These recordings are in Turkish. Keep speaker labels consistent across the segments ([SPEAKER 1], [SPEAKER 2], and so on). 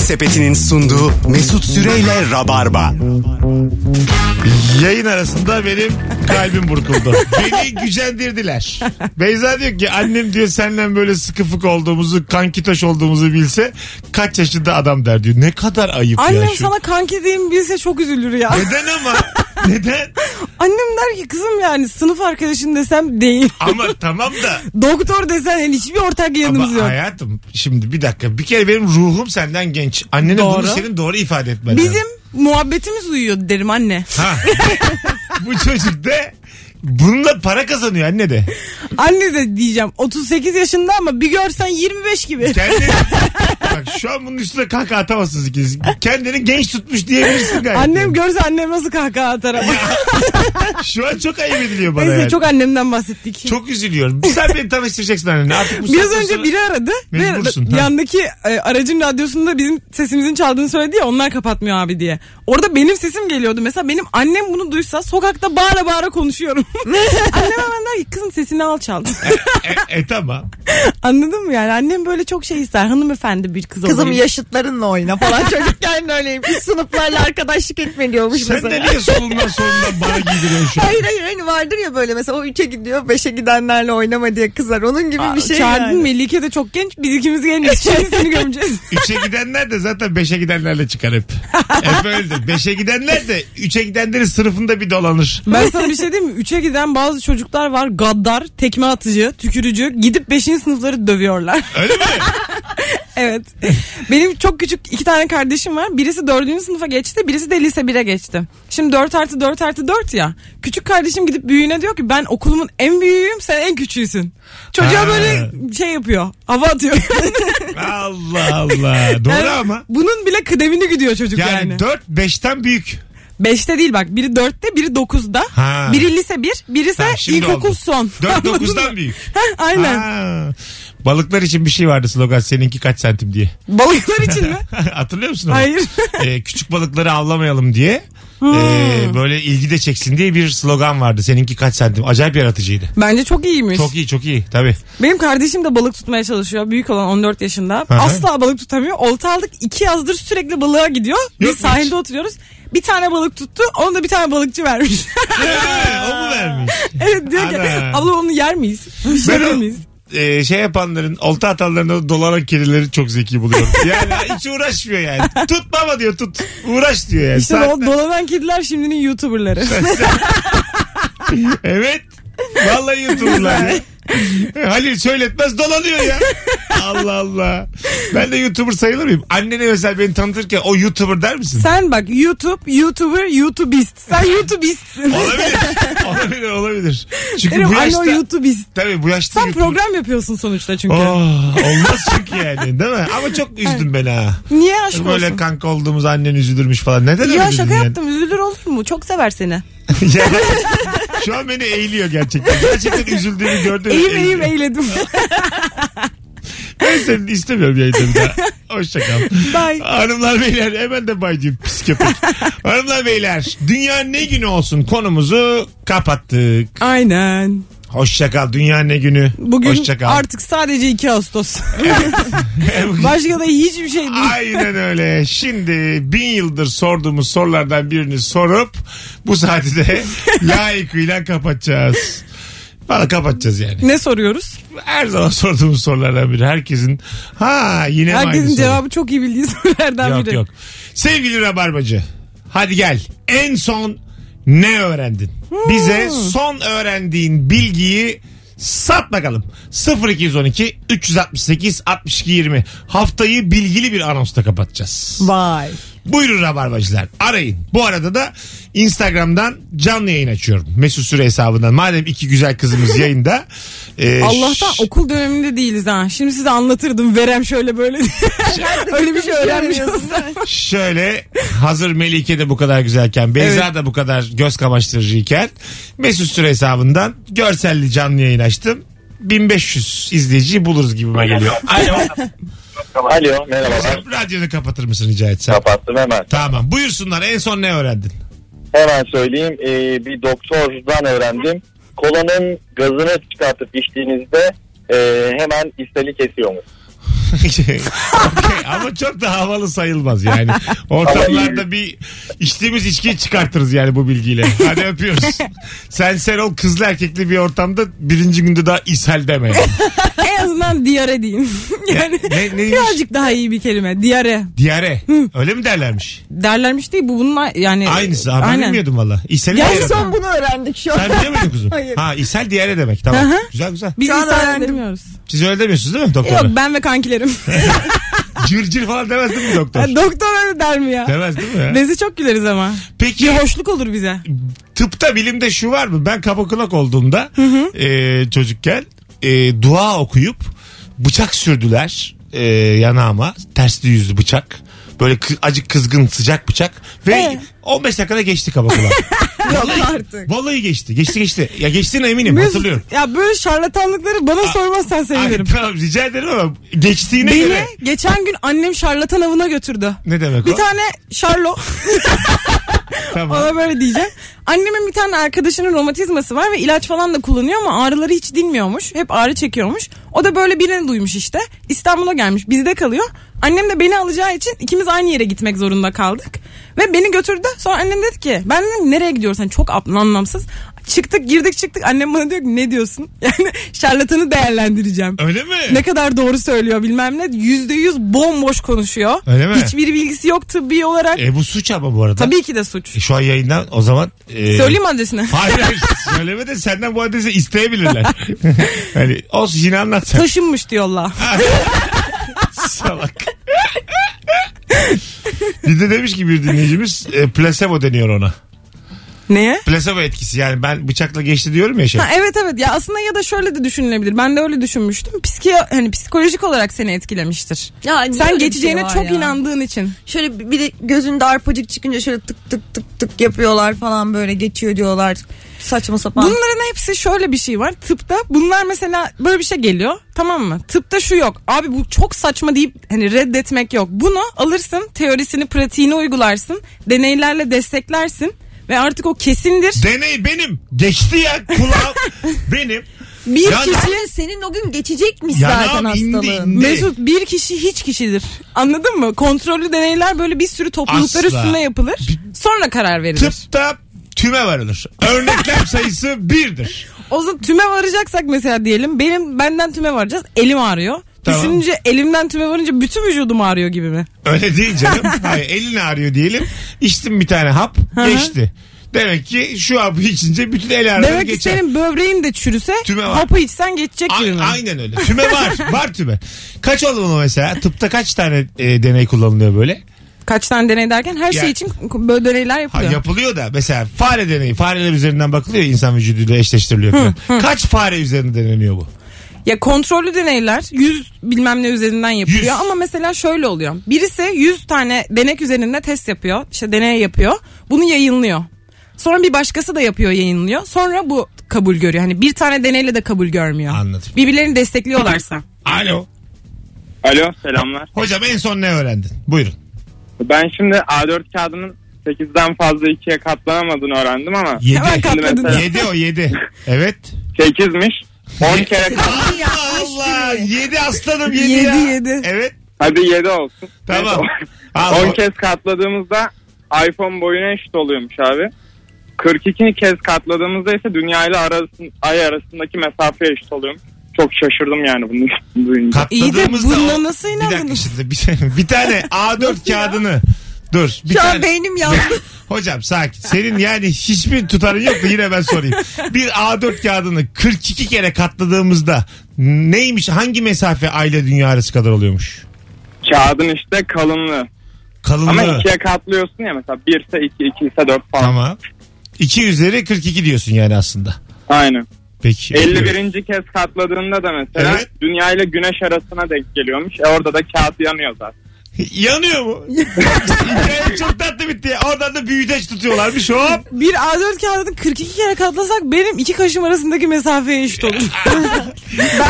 [SPEAKER 1] Sepeti'nin sunduğu Mesut Süreyle Rabarba.
[SPEAKER 2] Yayın arasında benim kalbim burkuldu. Beni gücendirdiler. Beyza diyor ki annem diyor seninle böyle sıkı fık olduğumuzu, kankitoş olduğumuzu bilse kaç yaşında adam der diyor. Ne kadar ayıp ya
[SPEAKER 3] Annem
[SPEAKER 2] şu.
[SPEAKER 3] sana kanki diyeyim bilse çok üzülür ya.
[SPEAKER 2] Neden ama? Neden?
[SPEAKER 3] Annem der ki kızım yani sınıf arkadaşın desem değil.
[SPEAKER 2] Ama tamam da
[SPEAKER 3] Doktor desen yani hiçbir ortak
[SPEAKER 2] Ama
[SPEAKER 3] yanımız yok.
[SPEAKER 2] hayatım şimdi bir dakika bir kere benim ruhum senden genç. Annene bunu
[SPEAKER 3] Doğru.
[SPEAKER 2] senin doğru ifade etmen lazım.
[SPEAKER 3] Bizim muhabbetimiz uyuyor derim anne.
[SPEAKER 2] Ha. Bu çocuk da bununla para kazanıyor anne de.
[SPEAKER 3] Anne de diyeceğim 38 yaşında ama bir görsen 25 gibi.
[SPEAKER 2] Kendini, bak şu an bunun üstüne kaka atamazsınız ikiniz. Kendini genç tutmuş diyebilirsin gayet.
[SPEAKER 3] Annem görse annem nasıl kahkaha atar ama.
[SPEAKER 2] Şu an çok ayıp ediliyor bana
[SPEAKER 3] Neyse
[SPEAKER 2] yani. Çok...
[SPEAKER 3] çok annemden bahsettik.
[SPEAKER 2] üzülüyorum. Sen beni tanıştıracaksın annene. Artık bu
[SPEAKER 3] Biraz
[SPEAKER 2] saatten sonra-
[SPEAKER 3] önce biri aradı ve
[SPEAKER 2] Mecbursun,
[SPEAKER 3] ra-
[SPEAKER 2] ha.
[SPEAKER 3] yandaki e, aracın radyosunda bizim sesimizin çaldığını söyledi ya onlar kapatmıyor abi diye. Orada benim sesim geliyordu mesela benim annem bunu duysa sokakta bağıra bağıra konuşuyorum. annem hemen der ki kızım sesini al çal.
[SPEAKER 2] E, e, tamam.
[SPEAKER 3] Anladın mı yani annem böyle çok şey ister hanımefendi bir kız
[SPEAKER 4] Kızım
[SPEAKER 3] olayım.
[SPEAKER 4] yaşıtlarınla oyna falan çocukken de öyleyim. Biz sınıflarla arkadaşlık etme diyormuş
[SPEAKER 2] Sen
[SPEAKER 4] mesela.
[SPEAKER 2] de niye solundan solundan bana giydiriyorsun şu an?
[SPEAKER 4] Hayır hayır hani vardır ya böyle mesela o 3'e gidiyor 5'e gidenlerle oynama diye kızar. Onun gibi bir şey
[SPEAKER 3] Çağırdın
[SPEAKER 4] yani.
[SPEAKER 3] Melike de çok genç biz ikimiz genç Şimdi seni gömeceğiz.
[SPEAKER 2] Üçe gidenler de zaten beşe gidenlerle çıkar hep. Hep öyledir. Beşe gidenler de üçe gidenlerin sınıfında bir dolanır.
[SPEAKER 3] Ben sana bir şey diyeyim mi? Üçe giden bazı çocuklar var gaddar, tekme atıcı, tükürücü. Gidip beşinci sınıfları dövüyorlar.
[SPEAKER 2] Öyle mi?
[SPEAKER 3] Evet. Benim çok küçük iki tane kardeşim var. Birisi dördüncü sınıfa geçti. Birisi de lise 1'e geçti. Şimdi 4 artı 4 artı 4 ya. Küçük kardeşim gidip büyüğüne diyor ki ben okulumun en büyüğüyüm sen en küçüğüsün. Çocuğa
[SPEAKER 2] Ha.
[SPEAKER 3] böyle şey yapıyor. Hava atıyor.
[SPEAKER 2] Allah Allah. Doğru
[SPEAKER 3] Yani
[SPEAKER 2] ama.
[SPEAKER 3] Bunun bile kıdemini gidiyor çocuk yani.
[SPEAKER 2] Yani dört beşten büyük.
[SPEAKER 3] 5'te değil bak. Biri 4'te biri 9'da.
[SPEAKER 2] Ha.
[SPEAKER 3] Biri lise 1 birisi
[SPEAKER 2] Ha, şimdi
[SPEAKER 3] ilkokul
[SPEAKER 2] oldu.
[SPEAKER 3] son.
[SPEAKER 2] Dört
[SPEAKER 3] Anladın
[SPEAKER 2] dokuzdan
[SPEAKER 3] mı?
[SPEAKER 2] büyük.
[SPEAKER 3] Heh, aynen.
[SPEAKER 2] Ha. Balıklar için bir şey vardı slogan seninki kaç santim diye.
[SPEAKER 3] Balıklar için mi?
[SPEAKER 2] Hatırlıyor musun onu?
[SPEAKER 3] Hayır. Hmm.
[SPEAKER 2] Ee, küçük balıkları avlamayalım diye. ee, böyle ilgi de çeksin diye bir slogan vardı. Seninki kaç santim? Acayip yaratıcıydı.
[SPEAKER 3] Bence çok iyiymiş.
[SPEAKER 2] Çok iyi çok iyi tabii.
[SPEAKER 3] Benim kardeşim de balık tutmaya çalışıyor. Büyük olan 14 yaşında.
[SPEAKER 2] hı.
[SPEAKER 3] Asla balık tutamıyor. Olta aldık. iki yazdır sürekli balığa gidiyor.
[SPEAKER 2] Yok
[SPEAKER 3] Biz
[SPEAKER 2] mu
[SPEAKER 3] sahilde
[SPEAKER 2] hiç?
[SPEAKER 3] oturuyoruz. Bir tane balık tuttu. Onu da bir tane balıkçı vermiş.
[SPEAKER 2] Ee, o mu vermiş?
[SPEAKER 3] evet diyor ki
[SPEAKER 2] Ana.
[SPEAKER 3] abla onu yer miyiz? Bir şey
[SPEAKER 2] Ben
[SPEAKER 3] yer
[SPEAKER 2] o-
[SPEAKER 3] miyiz?
[SPEAKER 2] e, şey yapanların olta atanların dolanan kedileri çok zeki buluyorum. Yani hiç uğraşmıyor yani. Tut baba diyor tut. Uğraş diyor yani.
[SPEAKER 3] İşte
[SPEAKER 2] Saat-
[SPEAKER 3] o dolanan kediler şimdinin YouTuber'ları.
[SPEAKER 2] evet. Vallahi YouTuber'lar ya. Halil söyletmez dolanıyor ya. Allah Allah. Ben de YouTuber sayılır mıyım? Annene özel beni tanıtırken o YouTuber der misin?
[SPEAKER 3] Sen bak YouTube, YouTuber, YouTubeist. Sen YouTubeistsin.
[SPEAKER 2] Olabilir. olabilir olabilir. Çünkü
[SPEAKER 3] Derim
[SPEAKER 2] bu
[SPEAKER 3] anne o
[SPEAKER 2] yaşta...
[SPEAKER 3] YouTubeist.
[SPEAKER 2] Tabii bu yaşta
[SPEAKER 3] Sen
[SPEAKER 2] YouTuber-
[SPEAKER 3] program yapıyorsun sonuçta çünkü.
[SPEAKER 2] Oh, olmaz çünkü yani değil mi? Ama çok üzdün beni ha.
[SPEAKER 3] Niye aşk
[SPEAKER 2] Böyle
[SPEAKER 3] olsun?
[SPEAKER 2] kanka olduğumuz annen üzülürmüş falan. Neden öyle
[SPEAKER 3] Ya
[SPEAKER 2] dedin
[SPEAKER 3] şaka
[SPEAKER 2] yani?
[SPEAKER 3] yaptım üzülür olur mu? Çok sever seni.
[SPEAKER 2] Ya, Şu an beni eğiliyor gerçekten. Gerçekten üzüldüğünü gördüm.
[SPEAKER 3] Eğim
[SPEAKER 2] Eğiliyor.
[SPEAKER 3] eğim eğledim.
[SPEAKER 2] Ben seni istemiyorum yayında bir daha. Hoşçakal.
[SPEAKER 3] Bye.
[SPEAKER 2] Hanımlar beyler hemen de bay diyeyim pis köpek. Hanımlar beyler dünya ne günü olsun konumuzu kapattık.
[SPEAKER 3] Aynen.
[SPEAKER 2] Hoşçakal dünya ne günü.
[SPEAKER 3] Bugün
[SPEAKER 2] Hoşçakal.
[SPEAKER 3] artık sadece 2 Ağustos. Başka da hiçbir şey değil.
[SPEAKER 2] Aynen öyle. Şimdi bin yıldır sorduğumuz sorulardan birini sorup bu saati de layıkıyla kapatacağız. Valla kapatacağız yani.
[SPEAKER 3] Ne soruyoruz?
[SPEAKER 2] Her zaman sorduğumuz sorulardan biri. Herkesin ha yine mi aynı
[SPEAKER 3] Herkesin
[SPEAKER 2] soru?
[SPEAKER 3] cevabı çok iyi bildiği sorulardan
[SPEAKER 2] Yok
[SPEAKER 3] biri.
[SPEAKER 2] yok. Sevgili Rabarbacı hadi gel en son ne öğrendin? Bize son öğrendiğin bilgiyi sat bakalım. 0212 368 62 20 haftayı bilgili bir anonsla kapatacağız.
[SPEAKER 4] Vay.
[SPEAKER 2] Buyurun Rabarbacılar arayın. Bu arada da Instagram'dan canlı yayın açıyorum. Mesut Süre hesabından. Madem iki güzel kızımız yayında. e,
[SPEAKER 3] Allah'tan
[SPEAKER 2] ş-
[SPEAKER 3] okul döneminde değiliz ha. Şimdi size anlatırdım. Verem şöyle böyle. Öyle bir şey öğrenmiş
[SPEAKER 4] Öğreniyorsun
[SPEAKER 3] olsam.
[SPEAKER 4] değil mi?
[SPEAKER 2] Şöyle hazır Melike de bu kadar güzelken Beyza da bu kadar göz kamaştırıcıyken Mesut Süre hesabından görselli canlı yayın açtım. 1500 izleyiciyi buluruz gibime geliyor. Alo.
[SPEAKER 5] Alo merhabalar.
[SPEAKER 2] Hocam, Radyonu kapatır mısın rica etsem?
[SPEAKER 5] Kapattım hemen.
[SPEAKER 2] Tamam buyursunlar en son ne öğrendin?
[SPEAKER 5] Hemen söyleyeyim. Ee, bir doktordan öğrendim. Kolanın gazını çıkartıp içtiğinizde e, hemen isteli ee, kesiyormuş.
[SPEAKER 2] Şey, Okey, Ama çok da havalı sayılmaz yani. Ortamlarda bir içtiğimiz içkiyi çıkartırız yani bu bilgiyle. Hadi öpüyoruz. Sen sen ol kızlı erkekli bir ortamda birinci günde daha ishal deme. yani.
[SPEAKER 3] en azından diyare diyeyim. yani
[SPEAKER 2] ne- neymiş?
[SPEAKER 3] birazcık daha iyi bir kelime. Diyare.
[SPEAKER 2] Diyare. Öyle mi derlermiş?
[SPEAKER 3] Derlermiş değil bu bununla yani.
[SPEAKER 2] Aynısı. Ha, ben
[SPEAKER 3] Aynen.
[SPEAKER 2] bilmiyordum valla. İshal'i
[SPEAKER 3] Ya
[SPEAKER 2] diyare-
[SPEAKER 4] Son bunu öğrendik şu an.
[SPEAKER 2] Sen biliyor muydun kuzum?
[SPEAKER 4] Hayır.
[SPEAKER 2] Ha ishal diyare demek. Tamam. güzel güzel.
[SPEAKER 3] Biz
[SPEAKER 4] Şu an
[SPEAKER 3] insan
[SPEAKER 4] öğrendim.
[SPEAKER 3] demiyoruz.
[SPEAKER 2] Siz öyle demiyorsunuz değil mi doktor?
[SPEAKER 3] Yok
[SPEAKER 2] bey?
[SPEAKER 3] ben ve kankilerim.
[SPEAKER 2] Cırcır falan demez değil mi doktor?
[SPEAKER 3] Ya Doktor öyle der mi ya?
[SPEAKER 2] demez değil mi ya?
[SPEAKER 3] Neyse çok güleriz ama.
[SPEAKER 2] Peki
[SPEAKER 3] Bir hoşluk olur bize.
[SPEAKER 2] tıpta bilimde şu var mı? Ben kaba kulak olduğumda e, çocukken e, dua okuyup bıçak sürdüler e, yanağıma. Tersli yüzlü bıçak. Böyle kı- acık kızgın sıcak bıçak. Ve 15 dakikada geçti kaba kulak.
[SPEAKER 4] Yok artık.
[SPEAKER 2] Vallahi geçti. Geçti geçti. Ya geçtiğine eminim
[SPEAKER 3] Mesut,
[SPEAKER 2] hatırlıyorum.
[SPEAKER 3] Ya böyle şarlatanlıkları bana sormazsan
[SPEAKER 2] Ay,
[SPEAKER 3] sevinirim.
[SPEAKER 2] tamam rica ederim ama geçtiğine
[SPEAKER 3] Beni
[SPEAKER 2] göre.
[SPEAKER 3] geçen gün annem şarlatan avına götürdü.
[SPEAKER 2] Ne demek
[SPEAKER 3] Bir
[SPEAKER 2] o?
[SPEAKER 3] tane Sherlock
[SPEAKER 2] Tamam.
[SPEAKER 3] ona böyle diyeceğim. Annemin bir tane arkadaşının romatizması var ve ilaç falan da kullanıyor ama ağrıları hiç dinmiyormuş. Hep ağrı çekiyormuş. O da böyle birini duymuş işte. İstanbul'a gelmiş bizde kalıyor. Annem de beni alacağı için ikimiz aynı yere gitmek zorunda kaldık. Ve beni götürdü. Sonra annem dedi ki ben dedim nereye gidiyorsun? Yani çok ab- anlamsız. Çıktık girdik çıktık. Annem bana diyor ki ne diyorsun? Yani şarlatanı değerlendireceğim.
[SPEAKER 2] Öyle mi?
[SPEAKER 3] Ne kadar doğru söylüyor bilmem ne. Yüzde yüz bomboş konuşuyor.
[SPEAKER 2] Öyle mi?
[SPEAKER 3] Hiçbir bilgisi yok tıbbi olarak.
[SPEAKER 2] E bu suç ama bu arada.
[SPEAKER 3] Tabii ki de suç.
[SPEAKER 2] E, şu an yayından o zaman. E,
[SPEAKER 3] Söyleyeyim mi adresini?
[SPEAKER 2] Hayır hayır söyleme de senden bu adresi isteyebilirler. hani olsun yine anlat sen.
[SPEAKER 3] Taşınmış diyorlar.
[SPEAKER 2] Salak. bir de demiş ki bir dinleyicimiz e, placebo deniyor ona.
[SPEAKER 3] Neye?
[SPEAKER 2] Placebo etkisi yani ben bıçakla geçti diyorum ya şey.
[SPEAKER 3] Ha, evet evet ya aslında ya da şöyle de düşünülebilir. Ben de öyle düşünmüştüm. Psikiya hani psikolojik olarak seni etkilemiştir.
[SPEAKER 4] Ya, niye öyle
[SPEAKER 3] Sen
[SPEAKER 4] bir şey
[SPEAKER 3] geçeceğine
[SPEAKER 4] var
[SPEAKER 3] çok
[SPEAKER 4] ya?
[SPEAKER 3] inandığın için.
[SPEAKER 4] Şöyle bir de gözünde arpacık çıkınca şöyle tık tık tık tık yapıyorlar falan böyle geçiyor diyorlar. Saçma sapan.
[SPEAKER 3] Bunların hepsi şöyle bir şey var. Tıpta bunlar mesela böyle bir şey geliyor. Tamam mı? Tıpta şu yok. Abi bu çok saçma deyip hani reddetmek yok. Bunu alırsın, teorisini, pratiğini uygularsın, deneylerle desteklersin ve artık o kesindir.
[SPEAKER 2] Deney benim. Geçti ya kulağım. benim.
[SPEAKER 3] Bir
[SPEAKER 2] Yani-
[SPEAKER 3] kişi
[SPEAKER 4] Senin, senin o gün geçecekmiş
[SPEAKER 2] Yanağım
[SPEAKER 4] zaten
[SPEAKER 2] indi,
[SPEAKER 4] hastalığın.
[SPEAKER 2] indi.
[SPEAKER 3] Mesut bir kişi hiç kişidir. Anladın mı? Kontrollü deneyler böyle bir sürü topluluklar
[SPEAKER 2] Asla.
[SPEAKER 3] üstüne yapılır. Sonra karar verilir.
[SPEAKER 2] Tıpta tüme varılır. Örneklem sayısı birdir.
[SPEAKER 3] O zaman tüme varacaksak mesela diyelim. Benim benden tüme varacağız. Elim ağrıyor.
[SPEAKER 2] Tamam.
[SPEAKER 3] Düşününce elimden tüme varınca bütün vücudum ağrıyor gibi mi?
[SPEAKER 2] Öyle değil canım. Hayır, elin ağrıyor diyelim. İçtim bir tane hap geçti. Demek ki şu hapı içince bütün el ağrıları
[SPEAKER 3] Demek ki
[SPEAKER 2] geçer.
[SPEAKER 3] senin böbreğin de çürüse
[SPEAKER 2] Tüme var.
[SPEAKER 3] hapı içsen geçecek
[SPEAKER 2] A-
[SPEAKER 3] gibi mi?
[SPEAKER 2] aynen öyle. Tüme var. var tüme. Kaç olmalı mesela? Tıpta kaç tane e, deney kullanılıyor böyle?
[SPEAKER 3] Kaç tane deney derken her
[SPEAKER 2] Ya-
[SPEAKER 3] şey için böyle deneyler
[SPEAKER 2] Ha,
[SPEAKER 3] yapılıyor.
[SPEAKER 2] yapılıyor da mesela fare deneyi. Fareler üzerinden bakılıyor ya, insan vücuduyla eşleştiriliyor. falan. Kaç fare üzerinde deneniyor bu?
[SPEAKER 3] Ya kontrollü deneyler 100 bilmem ne üzerinden yapılıyor
[SPEAKER 2] 100.
[SPEAKER 3] ama mesela şöyle oluyor. Birisi 100 tane denek üzerinde test yapıyor, işte deney yapıyor. Bunu yayınlıyor. Sonra bir başkası da yapıyor, yayınlıyor. Sonra bu kabul görüyor. Hani bir tane deneyle de kabul görmüyor.
[SPEAKER 2] Anladım.
[SPEAKER 3] Birbirlerini destekliyorlarsa.
[SPEAKER 2] Alo.
[SPEAKER 5] Alo selamlar.
[SPEAKER 2] Hocam en son ne öğrendin? Buyurun.
[SPEAKER 5] Ben şimdi A4 kağıdının 8'den fazla 2'ye katlanamadığını öğrendim ama
[SPEAKER 3] Hemen
[SPEAKER 2] 7.
[SPEAKER 3] katladın.
[SPEAKER 5] mesela-
[SPEAKER 2] Yedi o yedi. Evet.
[SPEAKER 5] 8'miş. 10 kere kat-
[SPEAKER 2] Allah Allah. Yedi aslanım yedi,
[SPEAKER 3] Yedi,
[SPEAKER 2] ya.
[SPEAKER 3] yedi.
[SPEAKER 2] Evet.
[SPEAKER 5] Hadi 7 olsun.
[SPEAKER 2] Tamam.
[SPEAKER 5] Neyse,
[SPEAKER 2] Al,
[SPEAKER 5] 10
[SPEAKER 2] o-
[SPEAKER 5] kez katladığımızda iPhone boyuna eşit oluyormuş abi. 42 kez katladığımızda ise dünya ile arasın, ay arasındaki mesafeye eşit oluyormuş. Çok şaşırdım yani bunu duyunca.
[SPEAKER 3] İyi de
[SPEAKER 2] Katladığımızda
[SPEAKER 3] bununla
[SPEAKER 2] o-
[SPEAKER 3] nasıl
[SPEAKER 2] Bir dakika
[SPEAKER 3] inandınız?
[SPEAKER 2] şimdi bir, bir tane A4 kağıdını dur. Bir
[SPEAKER 4] Şu an
[SPEAKER 2] tane-
[SPEAKER 4] beynim yandı.
[SPEAKER 2] Hocam sakin. Senin yani hiçbir tutarın yok da yine ben sorayım. Bir A4 kağıdını 42 kere katladığımızda neymiş hangi mesafe aile dünya arası kadar oluyormuş?
[SPEAKER 5] Kağıdın işte kalınlığı. Ama
[SPEAKER 2] Kalınlığı.
[SPEAKER 5] 2'ye katlıyorsun ya mesela 1 ise 2, 2 ise 4 falan.
[SPEAKER 2] Tamam. 2 üzeri 42 diyorsun yani aslında.
[SPEAKER 5] Aynen.
[SPEAKER 2] Peki.
[SPEAKER 5] 51. kez katladığında da mesela
[SPEAKER 2] Evet.
[SPEAKER 5] dünya ile güneş arasına denk geliyormuş. E orada da kağıt yanıyor zaten.
[SPEAKER 2] Yanıyor mu? Hikaye çok tatlı bitti. ya. Oradan da büyüteç tutuyorlarmış hop.
[SPEAKER 3] Bir A4 kağıdını 42 kere katlasak benim iki kaşım arasındaki mesafeye eşit olur.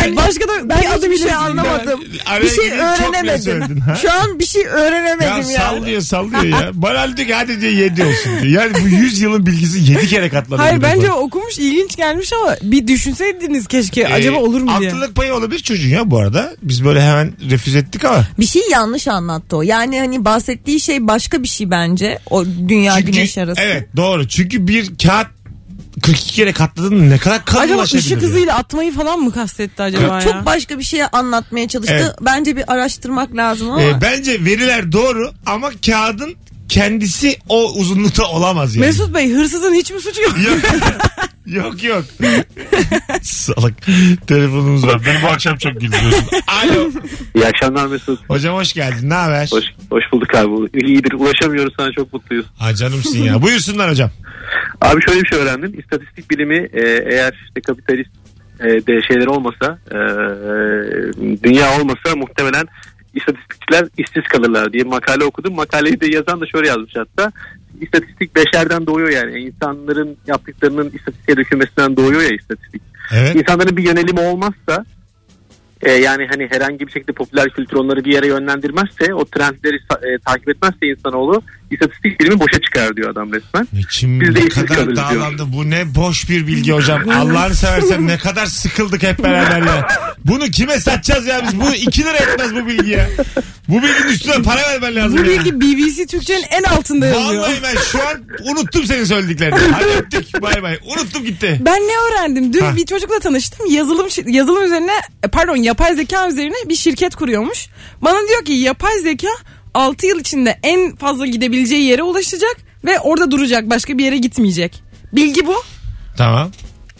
[SPEAKER 3] ben başka da
[SPEAKER 4] Ben
[SPEAKER 3] bir adım
[SPEAKER 4] hiçbir şey
[SPEAKER 3] ilerisiyim
[SPEAKER 4] anlamadım.
[SPEAKER 2] Araya
[SPEAKER 4] Bir şey
[SPEAKER 2] girdin, çok ne söyledin,
[SPEAKER 4] öğrenemedim.
[SPEAKER 2] ha?
[SPEAKER 4] Şu an bir şey
[SPEAKER 2] Ya
[SPEAKER 4] öğrenemedim yani.
[SPEAKER 2] sallıyor sallıyor ya. Bana diyor ki hadi diyor 7 olsun diyor. Yani bu 100 yılın bilgisi 7 kere katlanıyor.
[SPEAKER 3] Hayır
[SPEAKER 2] bir defa.
[SPEAKER 3] bence okumuş ilginç gelmiş ama bir düşünseydiniz keşke
[SPEAKER 2] Ee,
[SPEAKER 3] E, acaba olur mu diye.
[SPEAKER 2] Aklılık payı olabilir çocuğun ya bu arada. Biz böyle hemen refüze ettik ama.
[SPEAKER 4] Bir şey yanlış anlattı o. Yani hani bahsettiği şey başka bir şey bence. O dünya güneş arası.
[SPEAKER 2] Evet doğru. Çünkü bir kağıt 42 kere katladın ne kadar
[SPEAKER 3] Acaba
[SPEAKER 2] kalınlaşabilir.
[SPEAKER 3] ışık
[SPEAKER 2] ya.
[SPEAKER 3] hızıyla atmayı falan mı kastetti acaba
[SPEAKER 4] Çok
[SPEAKER 3] ya?
[SPEAKER 4] başka bir şey anlatmaya çalıştı.
[SPEAKER 2] Evet.
[SPEAKER 4] Bence bir araştırmak lazım ama.
[SPEAKER 2] Ee, bence veriler doğru ama kağıdın kendisi o uzunlukta olamaz yani.
[SPEAKER 3] Mesut Bey hırsızın hiç mi suçu yok?
[SPEAKER 2] Yok. yok yok. Salak. Telefonumuz var. Beni bu akşam çok güldürüyorsun. Alo.
[SPEAKER 6] İyi akşamlar Mesut.
[SPEAKER 2] Hocam hoş geldin. Ne haber?
[SPEAKER 6] Hoş, hoş bulduk abi. İyidir. Ulaşamıyoruz sana çok mutluyuz.
[SPEAKER 2] Ha canımsın ya. Buyursunlar hocam.
[SPEAKER 6] Abi şöyle bir şey öğrendim. İstatistik bilimi e, eğer işte kapitalist e, de şeyler olmasa, e, dünya olmasa muhtemelen istatistikçiler işsiz kalırlar diye makale okudum. Makaleyi de yazan da şöyle yazmış hatta. İstatistik beşerden doğuyor yani. İnsanların yaptıklarının istatistiğe dökülmesinden doğuyor ya istatistik.
[SPEAKER 2] Evet.
[SPEAKER 6] İnsanların bir yönelimi olmazsa e, yani hani herhangi bir şekilde popüler kültür onları bir yere yönlendirmezse o trendleri sa- e, takip etmezse insanoğlu istatistik bilimi boşa çıkar diyor adam resmen.
[SPEAKER 2] Ya Kim
[SPEAKER 6] Biz de
[SPEAKER 2] ne
[SPEAKER 6] işsiz
[SPEAKER 2] kadar
[SPEAKER 6] kalırız
[SPEAKER 2] dağlandı. Bu ne boş bir bilgi hocam. Allah'ını seversen ne kadar sıkıldık hep beraber ya. Bunu kime satacağız ya biz? Bu 2 lira etmez bu bilgi ya. Bu bilginin üstüne para vermen lazım.
[SPEAKER 3] Bu
[SPEAKER 2] ya.
[SPEAKER 3] bilgi BBC Türkçe'nin en altında yazıyor.
[SPEAKER 2] Vallahi ben şu an unuttum senin söylediklerini. Hadi öptük. Bay bay. Unuttum gitti.
[SPEAKER 3] Ben ne öğrendim? Dün
[SPEAKER 2] Ha.
[SPEAKER 3] bir çocukla tanıştım. Yazılım şi- yazılım üzerine e, pardon yapay zeka üzerine bir şirket kuruyormuş. Bana diyor ki yapay zeka 6 yıl içinde en fazla gidebileceği yere ulaşacak ve orada duracak. Başka bir yere gitmeyecek. Bilgi bu.
[SPEAKER 2] Tamam.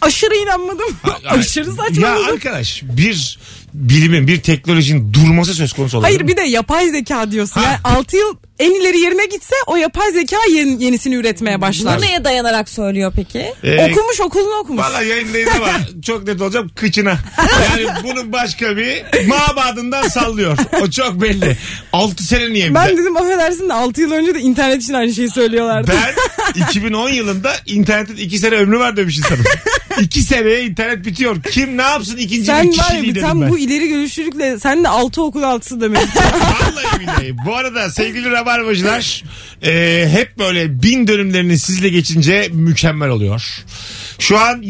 [SPEAKER 3] Aşırı inanmadım. Aşırı
[SPEAKER 2] Ya
[SPEAKER 3] saçmaladım.
[SPEAKER 2] arkadaş bir bilimin bir teknolojinin durması söz konusu olabilir
[SPEAKER 3] Hayır
[SPEAKER 2] mi?
[SPEAKER 3] bir de yapay zeka diyorsun.
[SPEAKER 2] Ha.
[SPEAKER 3] Yani 6 yıl en ileri yerine gitse o yapay zeka yeni- yenisini üretmeye başlar.
[SPEAKER 4] Bu neye dayanarak söylüyor peki?
[SPEAKER 2] Ee,
[SPEAKER 3] okumuş okulunu okumuş.
[SPEAKER 2] Valla yayındayız ama çok net olacağım kıçına. Yani bunun başka bir mabadından sallıyor. O çok belli. 6 sene niye?
[SPEAKER 3] Ben dedim affedersin de 6 yıl önce de internet için aynı şeyi söylüyorlardı.
[SPEAKER 2] Ben 2010 yılında internetin 2 sene ömrü var demiş insanım. 2 seneye internet bitiyor. Kim ne yapsın ikinci
[SPEAKER 3] Sen
[SPEAKER 2] bir
[SPEAKER 3] var ya
[SPEAKER 2] kişiliği
[SPEAKER 3] bir
[SPEAKER 2] dedim
[SPEAKER 3] tam
[SPEAKER 2] ben.
[SPEAKER 3] bu ileri görüşlülükle sen de altı okul altısı demek.
[SPEAKER 2] Vallahi billahi. Bu arada sevgili rabarbacılar e, hep böyle bin dönümlerini sizle geçince mükemmel oluyor. Şu an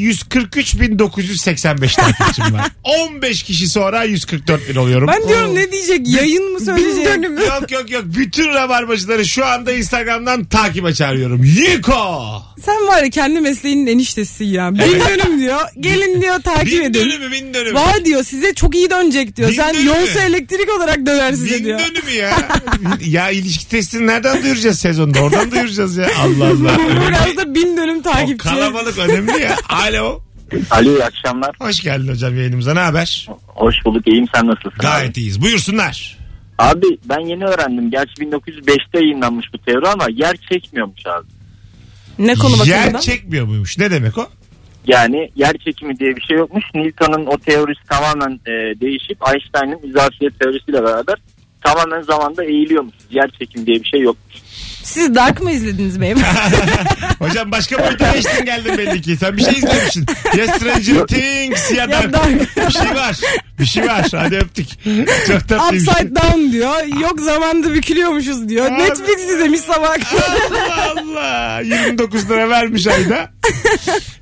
[SPEAKER 2] 143.985 takipçim var. 15 kişi sonra 144 bin oluyorum.
[SPEAKER 3] ben diyorum ne diyecek yayın mı söyleyecek?
[SPEAKER 2] Yok yok yok. Bütün rabarbacıları şu anda Instagram'dan takibe çağırıyorum. Yiko!
[SPEAKER 3] Sen var ya kendi mesleğinin eniştesi ya. Bin dönüm diyor. Gelin diyor takip
[SPEAKER 2] Bin
[SPEAKER 3] edin.
[SPEAKER 2] dönümü bin dönümü.
[SPEAKER 3] Var diyor size çok iyi dönecek diyor.
[SPEAKER 2] Bin
[SPEAKER 3] Sen
[SPEAKER 2] dönümü.
[SPEAKER 3] yolsa elektrik olarak döver size
[SPEAKER 2] Bin
[SPEAKER 3] diyor.
[SPEAKER 2] dönümü ya. ya ilişki testini nereden duyuracağız sezonda? Oradan duyuracağız ya. Allah Allah. şey
[SPEAKER 3] Biraz da bin dönüm
[SPEAKER 2] O
[SPEAKER 3] takipçi.
[SPEAKER 2] kalabalık önemli ya. Alo.
[SPEAKER 7] Alo iyi akşamlar.
[SPEAKER 2] Hoş geldin hocam yayınımıza. Ne haber?
[SPEAKER 7] Hoş bulduk iyiyim sen nasılsın?
[SPEAKER 2] Gayet iyiyiz. Buyursunlar.
[SPEAKER 7] Abi ben yeni öğrendim. Gerçi 1905'te yayınlanmış bu teori ama yer çekmiyormuş abi.
[SPEAKER 3] Ne konu
[SPEAKER 2] Yer
[SPEAKER 3] bakımından?
[SPEAKER 2] çekmiyor muymuş? Ne demek o?
[SPEAKER 7] Yani yer çekimi diye bir şey yokmuş. Newton'un o teorisi tamamen e, değişip Einstein'ın izafiyet teorisiyle beraber tamamen zamanda eğiliyormuş. Yer çekimi diye bir şey yokmuş.
[SPEAKER 3] Siz Dark mı izlediniz benim?
[SPEAKER 2] Hocam başka boyuta geçtin geldin belli ki. Sen bir şey izlemişsin. Ya Stranger Things ya
[SPEAKER 3] Ya
[SPEAKER 2] da
[SPEAKER 3] Dark.
[SPEAKER 2] bir şey var. Bir şey var. Hadi öptük. Çok tatlıymış.
[SPEAKER 3] Upside down diyor. Yok zamanda bükülüyormuşuz diyor.
[SPEAKER 2] Abi.
[SPEAKER 3] Netflix izlemiş sabah.
[SPEAKER 2] Allah Allah. 29 lira vermiş ayda.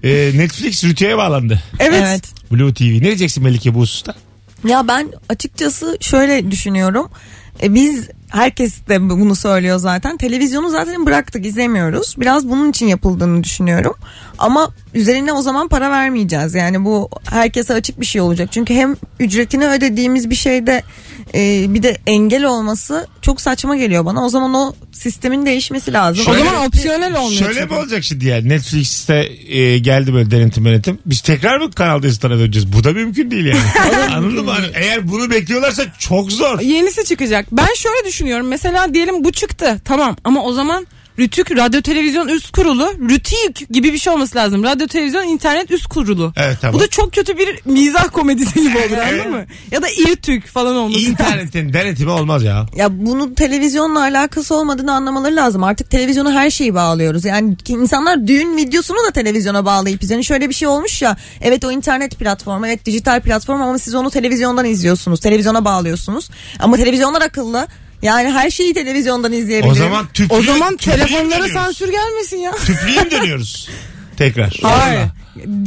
[SPEAKER 2] Ee, Netflix rütüye bağlandı.
[SPEAKER 3] Evet.
[SPEAKER 4] evet.
[SPEAKER 2] Blue TV. Ne diyeceksin Melike bu hususta?
[SPEAKER 4] Ya ben açıkçası şöyle düşünüyorum. E, biz herkes de bunu söylüyor zaten. Televizyonu zaten bıraktık izlemiyoruz. Biraz bunun için yapıldığını düşünüyorum. Ama üzerine o zaman para vermeyeceğiz. Yani bu herkese açık bir şey olacak. Çünkü hem ücretini ödediğimiz bir şeyde e, bir de engel olması çok saçma geliyor bana. O zaman o sistemin değişmesi lazım.
[SPEAKER 2] Şöyle-
[SPEAKER 4] o
[SPEAKER 3] o
[SPEAKER 4] zaman
[SPEAKER 3] zaman opsiyonel olmuyor.
[SPEAKER 2] Şöyle
[SPEAKER 3] çünkü.
[SPEAKER 2] mi olacak şimdi yani Netflix'te e, geldi böyle denetim denetim. Biz tekrar mı Kanal D'si'ne döneceğiz? Bu da mümkün değil yani. Anladın mı? Hani eğer bunu bekliyorlarsa çok zor.
[SPEAKER 3] Yenisi çıkacak. Ben şöyle düşünüyorum. Mesela diyelim bu çıktı. Tamam ama o zaman Rütük Radyo Televizyon Üst Kurulu. Rütük gibi bir şey olması lazım. Radyo Televizyon İnternet Üst Kurulu.
[SPEAKER 2] Evet, tamam.
[SPEAKER 3] Bu da çok kötü bir mizah komedisi gibi olur anladın mı? Ya da İrtük falan olması lazım.
[SPEAKER 2] İnternetin denetimi olmaz ya.
[SPEAKER 4] Ya bunu televizyonla alakası olmadığını anlamaları lazım. Artık televizyona her şeyi bağlıyoruz. Yani ki insanlar düğün videosunu da televizyona bağlayıp izliyor. Yani şöyle bir şey olmuş ya. Evet o internet platformu, evet dijital platform ama siz onu televizyondan izliyorsunuz. Televizyona bağlıyorsunuz. Ama televizyonlar akıllı. Yani her şeyi televizyondan izleyebilirim.
[SPEAKER 2] O zaman tüplü,
[SPEAKER 3] O zaman
[SPEAKER 2] tüplüye mi
[SPEAKER 3] telefonlara
[SPEAKER 2] dönüyoruz?
[SPEAKER 3] sansür gelmesin ya.
[SPEAKER 2] Tüplüye mi dönüyoruz? Tekrar.
[SPEAKER 3] Hayır.
[SPEAKER 2] Vallahi.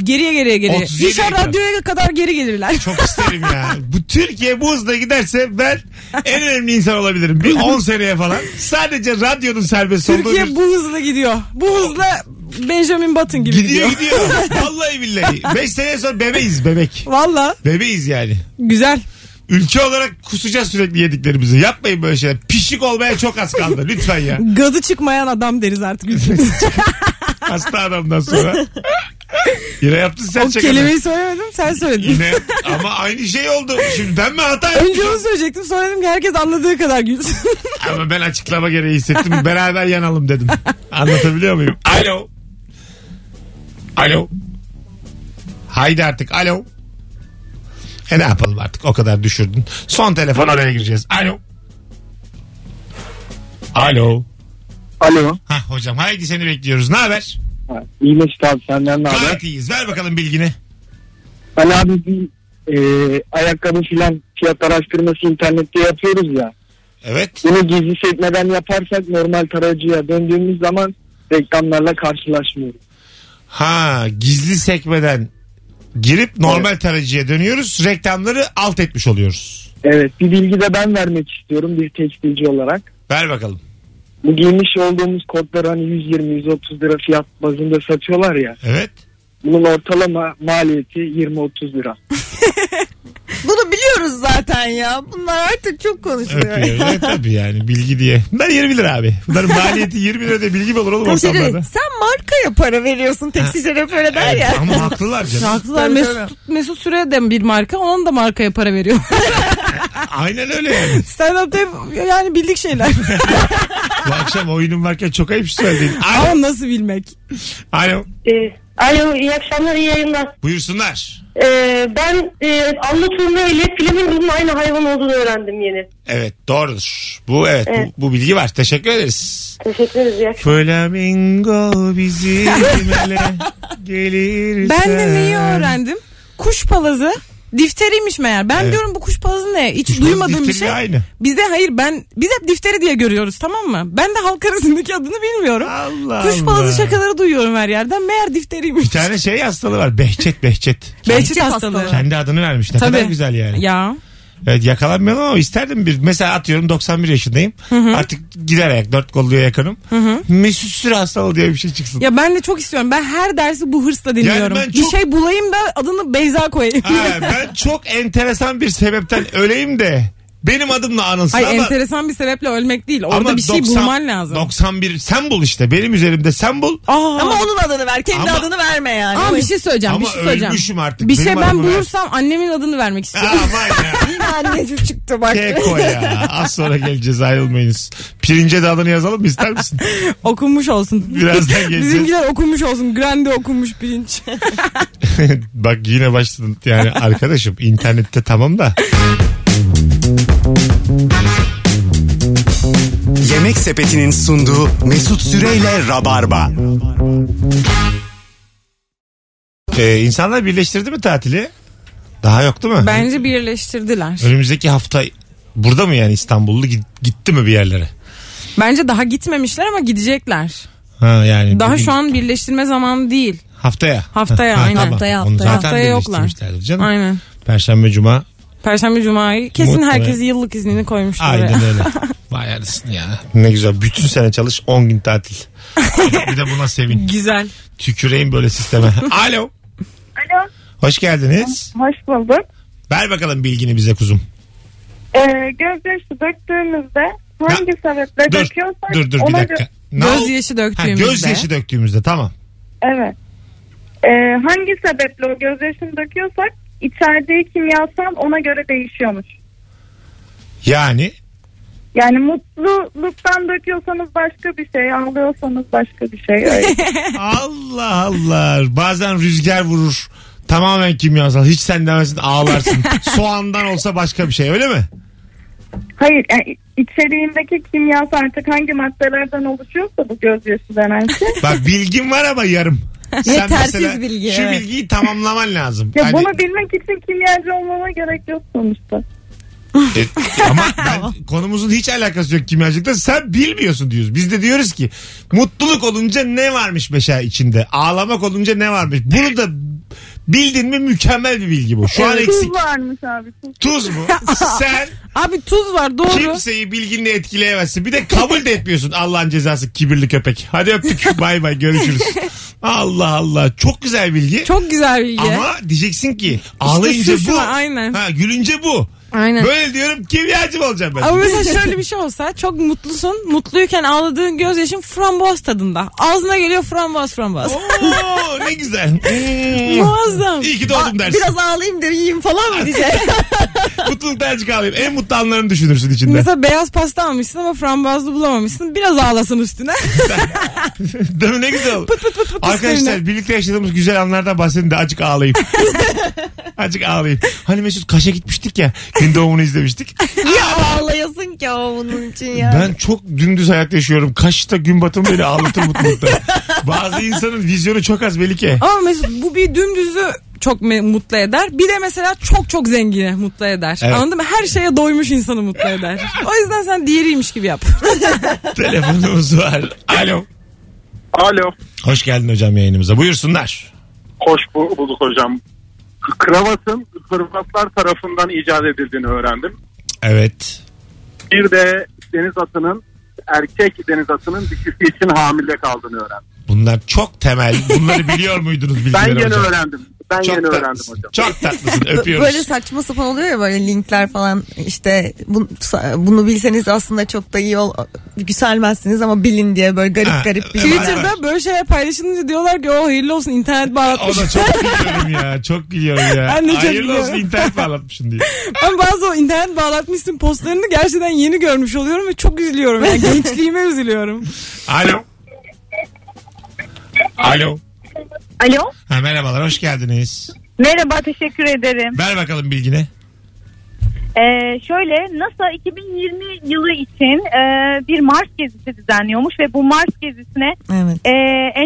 [SPEAKER 3] Geriye geriye geriye.
[SPEAKER 2] 37
[SPEAKER 3] İnşallah
[SPEAKER 2] ekran.
[SPEAKER 3] radyoya kadar geri gelirler.
[SPEAKER 2] Çok isterim ya. Bu Türkiye bu hızla giderse ben en önemli insan olabilirim. Bir 10 seneye falan. Sadece radyonun serbest olduğu bir-
[SPEAKER 3] Türkiye bu hızla gidiyor. Bu hızla Benjamin Button gibi gidiyor.
[SPEAKER 2] Gidiyor gidiyor. Vallahi billahi. 5 sene sonra bebeğiz bebek.
[SPEAKER 3] Valla
[SPEAKER 2] Bebeğiz yani.
[SPEAKER 3] güzel.
[SPEAKER 2] Ülke olarak kusacağız sürekli yediklerimizi. Yapmayın böyle şeyler. Pişik olmaya çok az kaldı. Lütfen ya.
[SPEAKER 3] Gazı çıkmayan adam deriz artık. biz.
[SPEAKER 2] Hasta adamdan sonra. Yine yaptın sen
[SPEAKER 3] o
[SPEAKER 2] şakadan.
[SPEAKER 3] kelimeyi söylemedim sen söyledin.
[SPEAKER 2] Yine ama aynı şey oldu. Şimdi ben mi hata yaptım?
[SPEAKER 3] Önce onu söyleyecektim sonra dedim ki herkes anladığı kadar gülsün.
[SPEAKER 2] Ama ben açıklama gereği hissettim. Beraber yanalım dedim. Anlatabiliyor muyum? Alo. Alo. Haydi artık. Alo. E ne yapalım artık? O kadar düşürdün. Son telefon oraya gireceğiz. Alo. Alo.
[SPEAKER 5] Alo.
[SPEAKER 2] Hah hocam haydi seni bekliyoruz. Ne haber?
[SPEAKER 5] İyi Mesut abi senden ne haber?
[SPEAKER 2] Gayet iyiyiz. Ver bakalım bilgini.
[SPEAKER 5] Ben abi bir e, ayakkabı filan fiyat araştırması internette yapıyoruz ya.
[SPEAKER 2] Evet.
[SPEAKER 5] Bunu gizli sekmeden yaparsak normal tarayıcıya döndüğümüz zaman reklamlarla karşılaşmıyoruz.
[SPEAKER 2] Ha gizli sekmeden girip normal tarayıcıya dönüyoruz. Reklamları alt etmiş oluyoruz.
[SPEAKER 5] Evet bir bilgi de ben vermek istiyorum bir tekstilci olarak.
[SPEAKER 2] Ver bakalım.
[SPEAKER 5] Bu giymiş olduğumuz kodlar hani 120-130 lira fiyat bazında satıyorlar ya.
[SPEAKER 2] Evet.
[SPEAKER 5] Bunun ortalama maliyeti 20-30 lira.
[SPEAKER 4] Bunu biliyoruz zaten ya. Bunlar artık çok konuşuluyor.
[SPEAKER 2] Öpüyor. Evet, tabii yani bilgi diye. Bunlar 20 lira abi. Bunların maliyeti 20 lira diye bilgi mi olur oğlum
[SPEAKER 4] Teşekkür ederim.
[SPEAKER 2] ortamlarda?
[SPEAKER 4] şey Sen markaya para veriyorsun. Tekstilciler hep öyle der
[SPEAKER 2] Evet,
[SPEAKER 4] ya.
[SPEAKER 2] ama haklılar canım.
[SPEAKER 3] Haklılar
[SPEAKER 4] Tabii,
[SPEAKER 3] Mesut, Mesut Süre de bir marka onun da markaya para veriyor.
[SPEAKER 2] Aynen öyle yani.
[SPEAKER 3] Stand up'ta hep yani bildik şeyler.
[SPEAKER 2] Bu akşam oyunum varken çok ayıp söyledin. Alo.
[SPEAKER 3] Ama nasıl bilmek?
[SPEAKER 2] Alo.
[SPEAKER 8] Ee, Alo iyi akşamlar iyi yayınlar.
[SPEAKER 2] Buyursunlar.
[SPEAKER 8] Ee, ben e, anlatımda ile flamingonun aynı hayvan olduğunu öğrendim yeni.
[SPEAKER 2] Evet doğrudur. Bu evet,
[SPEAKER 8] Evet.
[SPEAKER 2] Bu, bu bilgi var. Teşekkür ederiz.
[SPEAKER 8] Teşekkür ederiz. iyi akşamlar.
[SPEAKER 2] Flamingo bizimle gelirse.
[SPEAKER 3] Ben de neyi öğrendim? Kuş palazı difteriymiş meğer. Ben
[SPEAKER 2] Evet.
[SPEAKER 3] diyorum bu kuş palazı ne? Hiç
[SPEAKER 2] Kuş palazı
[SPEAKER 3] duymadığım bir
[SPEAKER 2] difteri
[SPEAKER 3] şey.
[SPEAKER 2] aynı.
[SPEAKER 3] Bize hayır ben biz hep difteri diye görüyoruz tamam mı? Ben de halk arasındaki adını bilmiyorum.
[SPEAKER 2] Allah
[SPEAKER 3] Kuş
[SPEAKER 2] Allah.
[SPEAKER 3] palazı şakaları duyuyorum her yerden. Meğer difteriymiş.
[SPEAKER 2] Bir tane şey hastalığı var. Behçet Behçet.
[SPEAKER 3] Behçet
[SPEAKER 4] hastalığı.
[SPEAKER 3] hastalığı.
[SPEAKER 2] Kendi adını vermiş. Ne
[SPEAKER 3] Tabii.
[SPEAKER 2] kadar güzel yani.
[SPEAKER 3] Ya.
[SPEAKER 2] Evet yakalanmayalım ama isterdim bir. Mesela atıyorum 91 yaşındayım. Artık gider ayak. Dört kolluya yakınım. Mesut Süre hastalığı diye bir şey çıksın.
[SPEAKER 3] Ya ben de çok istiyorum. Ben her dersi bu hırsla dinliyorum.
[SPEAKER 2] ben
[SPEAKER 3] Bir
[SPEAKER 2] çok-
[SPEAKER 3] şey bulayım da adını Beyza koyayım.
[SPEAKER 2] Ha, ben çok enteresan bir sebepten öleyim de benim adımla anılsın
[SPEAKER 3] Ay
[SPEAKER 2] ama,
[SPEAKER 3] enteresan bir sebeple ölmek değil.
[SPEAKER 2] ama
[SPEAKER 3] Orada bir şey
[SPEAKER 2] 90
[SPEAKER 3] bulman lazım.
[SPEAKER 2] 91 sen bul işte. Benim üzerimde sen bul.
[SPEAKER 3] Aa.
[SPEAKER 4] Ama onun adını ver. Kendi
[SPEAKER 2] Ama-
[SPEAKER 4] adını verme yani.
[SPEAKER 3] Ama bir şey söyleyeceğim.
[SPEAKER 2] Ama
[SPEAKER 3] bir şey söyleyeceğim.
[SPEAKER 2] ölmüşüm artık.
[SPEAKER 3] Bir
[SPEAKER 2] Benim
[SPEAKER 3] şey ben
[SPEAKER 2] adımı ver.
[SPEAKER 3] bulursam annemin adını vermek
[SPEAKER 2] Aa,
[SPEAKER 3] istiyorum.
[SPEAKER 2] Aman ya.
[SPEAKER 4] Yine annesi çıktı bak.
[SPEAKER 2] Keko ya. Az sonra geleceğiz ayrılmayınız. Pirince de adını yazalım mı ister misin?
[SPEAKER 3] okunmuş olsun.
[SPEAKER 2] Birazdan geleceğiz.
[SPEAKER 3] Bizimkiler okunmuş olsun. Grande okunmuş pirinç.
[SPEAKER 2] Bak yine başladın yani arkadaşım internette tamam da.
[SPEAKER 1] Yemek Sepeti'nin sunduğu Mesut Süreyle Rabarba.
[SPEAKER 2] Ee, insanlar birleştirdi mi tatili? Daha yok değil mi?
[SPEAKER 3] Bence birleştirdiler.
[SPEAKER 2] Önümüzdeki hafta burada mı yani İstanbullu Git- gitti mi bir yerlere?
[SPEAKER 3] Bence daha gitmemişler ama gidecekler.
[SPEAKER 2] Ha yani
[SPEAKER 3] Daha
[SPEAKER 2] bugün-
[SPEAKER 3] şu an birleştirme zamanı değil.
[SPEAKER 2] haftaya.
[SPEAKER 3] Haftaya, aynen.
[SPEAKER 4] Haftaya,
[SPEAKER 2] Onu
[SPEAKER 4] haftaya.
[SPEAKER 2] zaten
[SPEAKER 3] Haftaya yoklar.
[SPEAKER 2] birleştirmişlerdir canım.
[SPEAKER 3] Aynen.
[SPEAKER 2] Perşembe cuma
[SPEAKER 3] Perşembe cumayı kesin
[SPEAKER 2] Muhtemelen.
[SPEAKER 3] herkes yıllık iznini koymuştur oraya.
[SPEAKER 2] aynen öyle. Vay arasın ya. Ne güzel bütün sene çalış 10 gün tatil. bir de buna sevin.
[SPEAKER 3] Güzel.
[SPEAKER 2] Tüküreyim böyle sisteme. Alo.
[SPEAKER 9] Alo.
[SPEAKER 2] Hoş geldiniz.
[SPEAKER 9] Hoş bulduk.
[SPEAKER 2] Ver bakalım bilgini bize kuzum.
[SPEAKER 9] Ee, gözyaşı döktüğümüzde hangi sebeple
[SPEAKER 2] Dur
[SPEAKER 9] döküyorsak
[SPEAKER 2] dur dur bir
[SPEAKER 9] E, ona
[SPEAKER 2] dakika.
[SPEAKER 9] gö-
[SPEAKER 2] Ne ol-
[SPEAKER 3] Gözyaşı
[SPEAKER 2] Ha,
[SPEAKER 3] döktüğümüzde.
[SPEAKER 2] gözyaşı döktüğümüzde tamam.
[SPEAKER 9] evet. Ee, hangi sebeple o gözyaşını döküyorsak içerdiği kimyasal ona göre değişiyormuş.
[SPEAKER 2] Yani
[SPEAKER 9] Yani mutluluktan döküyorsanız başka bir şey, ağlıyorsanız başka bir şey. Öyle.
[SPEAKER 2] Allah Allah. Bazen rüzgar vurur. Tamamen kimyasal. Hiç sen demesin ağlarsın. Soğandan olsa başka bir şey öyle mi?
[SPEAKER 9] Hayır, yani içeriğindeki kimyası artık hangi maddelerden oluşuyorsa bu gözyaşı denen şey.
[SPEAKER 2] Bak bilgin var ama yarım.
[SPEAKER 4] Yetersiz
[SPEAKER 2] mesela
[SPEAKER 4] bilgi,
[SPEAKER 2] Şu
[SPEAKER 4] evet.
[SPEAKER 2] bilgiyi tamamlaman lazım.
[SPEAKER 9] Ya
[SPEAKER 2] Hani-
[SPEAKER 9] bunu bilmek için kimyacı olmama gerek yok sonuçta.
[SPEAKER 2] E, ama ben, konumuzun hiç alakası yok kimyacılıkta. Sen bilmiyorsun diyoruz. Biz de diyoruz ki mutluluk olunca ne varmış mesela içinde? Ağlamak olunca ne varmış? Bunu da bildin mi mükemmel bir bilgi bu. Şu an
[SPEAKER 9] Tuz
[SPEAKER 2] eksik.
[SPEAKER 9] varmış abi. Tuz.
[SPEAKER 2] Tuz mu? Sen
[SPEAKER 3] Abi tuz var doğru.
[SPEAKER 2] kimseyi bilginle etkileyemezsin. Bir de kabul de etmiyorsun Allah'ın cezası kibirli köpek. Hadi öptük. bay bay görüşürüz. Allah Allah. Çok güzel bilgi.
[SPEAKER 3] Çok güzel bilgi.
[SPEAKER 2] Ama diyeceksin ki ağlayınca
[SPEAKER 3] suçu
[SPEAKER 2] bu.
[SPEAKER 3] var, aynen.
[SPEAKER 2] Ha, gülünce bu.
[SPEAKER 3] Aynen.
[SPEAKER 2] Böyle diyorum kimyacı mı olacağım ben.
[SPEAKER 3] Ama mesela şöyle bir şey olsa çok mutlusun. Mutluyken ağladığın gözyaşın framboz tadında. Ağzına geliyor framboz framboz.
[SPEAKER 2] Oo ne güzel. Hmm.
[SPEAKER 3] Muazzam.
[SPEAKER 2] İyi ki doğdum dersin.
[SPEAKER 4] Biraz ağlayayım da yiyeyim falan mı diyecek?
[SPEAKER 2] Mutluluktan azıcık ağlayayım. En mutlu anlarını düşünürsün içinde.
[SPEAKER 3] Mesela beyaz pasta almışsın ama frambuazlı bulamamışsın. Biraz ağlasın üstüne.
[SPEAKER 2] Değil mi? Ne güzel.
[SPEAKER 3] pıt pıt pıt
[SPEAKER 2] Arkadaşlar
[SPEAKER 3] üstlerine.
[SPEAKER 2] birlikte yaşadığımız güzel anlardan bahsedin de acık ağlayayım. acık ağlayayım. Hani Mesut Kaş'a gitmiştik ya. Gün doğumunu izlemiştik.
[SPEAKER 4] ya ağlayasın ki o bunun için ya.
[SPEAKER 2] Ben çok dümdüz hayat yaşıyorum. Kaş'ta gün batımı beni ağlatır mutlulukta. Bazı insanın vizyonu çok az belli ki.
[SPEAKER 3] Ama Mesut bu bir dümdüzü çok me- mutlu eder. Bir de mesela çok çok zengini mutlu eder.
[SPEAKER 2] Evet.
[SPEAKER 3] Anladın mı? Her şeye doymuş insanı mutlu eder. o yüzden sen diğeriymiş gibi yap.
[SPEAKER 2] Telefonumuz var. Alo.
[SPEAKER 5] Alo.
[SPEAKER 2] Hoş geldin hocam yayınımıza. Buyursunlar.
[SPEAKER 5] Hoş bu- bulduk hocam. Kravatın Hırvatlar tarafından icat edildiğini öğrendim.
[SPEAKER 2] Evet.
[SPEAKER 5] Bir de deniz atının erkek deniz atının dişisi için hamile kaldığını öğrendim.
[SPEAKER 2] Bunlar çok temel. Bunları biliyor muydunuz
[SPEAKER 5] Ben
[SPEAKER 2] bilgileri
[SPEAKER 5] yeni
[SPEAKER 2] hocam?
[SPEAKER 5] öğrendim. Ben
[SPEAKER 2] Çok
[SPEAKER 5] yeni öğrendim
[SPEAKER 2] tatlısın.
[SPEAKER 5] hocam.
[SPEAKER 2] Çok tatlısın. Öpüyoruz.
[SPEAKER 4] Böyle saçma sapan oluyor ya böyle linkler falan işte bu- bunu bilseniz aslında çok da iyi ol güzelmezsiniz ama bilin diye böyle
[SPEAKER 2] Ha,
[SPEAKER 4] garip garip
[SPEAKER 2] evet.
[SPEAKER 4] bir şey.
[SPEAKER 3] Twitter'da böyle şeyler paylaşılınca diyorlar ki o hayırlı olsun internet
[SPEAKER 2] O
[SPEAKER 3] bağlatmış.
[SPEAKER 2] da çok gülüyorum ya. Çok gülüyorum ya.
[SPEAKER 3] Ben de çok
[SPEAKER 2] Hayırlı olsun
[SPEAKER 3] gülüyorum.
[SPEAKER 2] internet bağlatmışsın diye.
[SPEAKER 3] Ben bazı o internet bağlatmışsın postlarını gerçekten yeni görmüş oluyorum ve çok üzülüyorum. Yani gençliğime üzülüyorum.
[SPEAKER 2] Alo. Alo.
[SPEAKER 9] Alo.
[SPEAKER 2] Ha, merhabalar hoş geldiniz.
[SPEAKER 9] Merhaba teşekkür ederim.
[SPEAKER 2] Ver bakalım bilgini.
[SPEAKER 9] Ee, şöyle NASA 2020 yılı için e, bir Mars gezisi düzenliyormuş ve bu Mars gezisine
[SPEAKER 4] Evet.
[SPEAKER 9] e,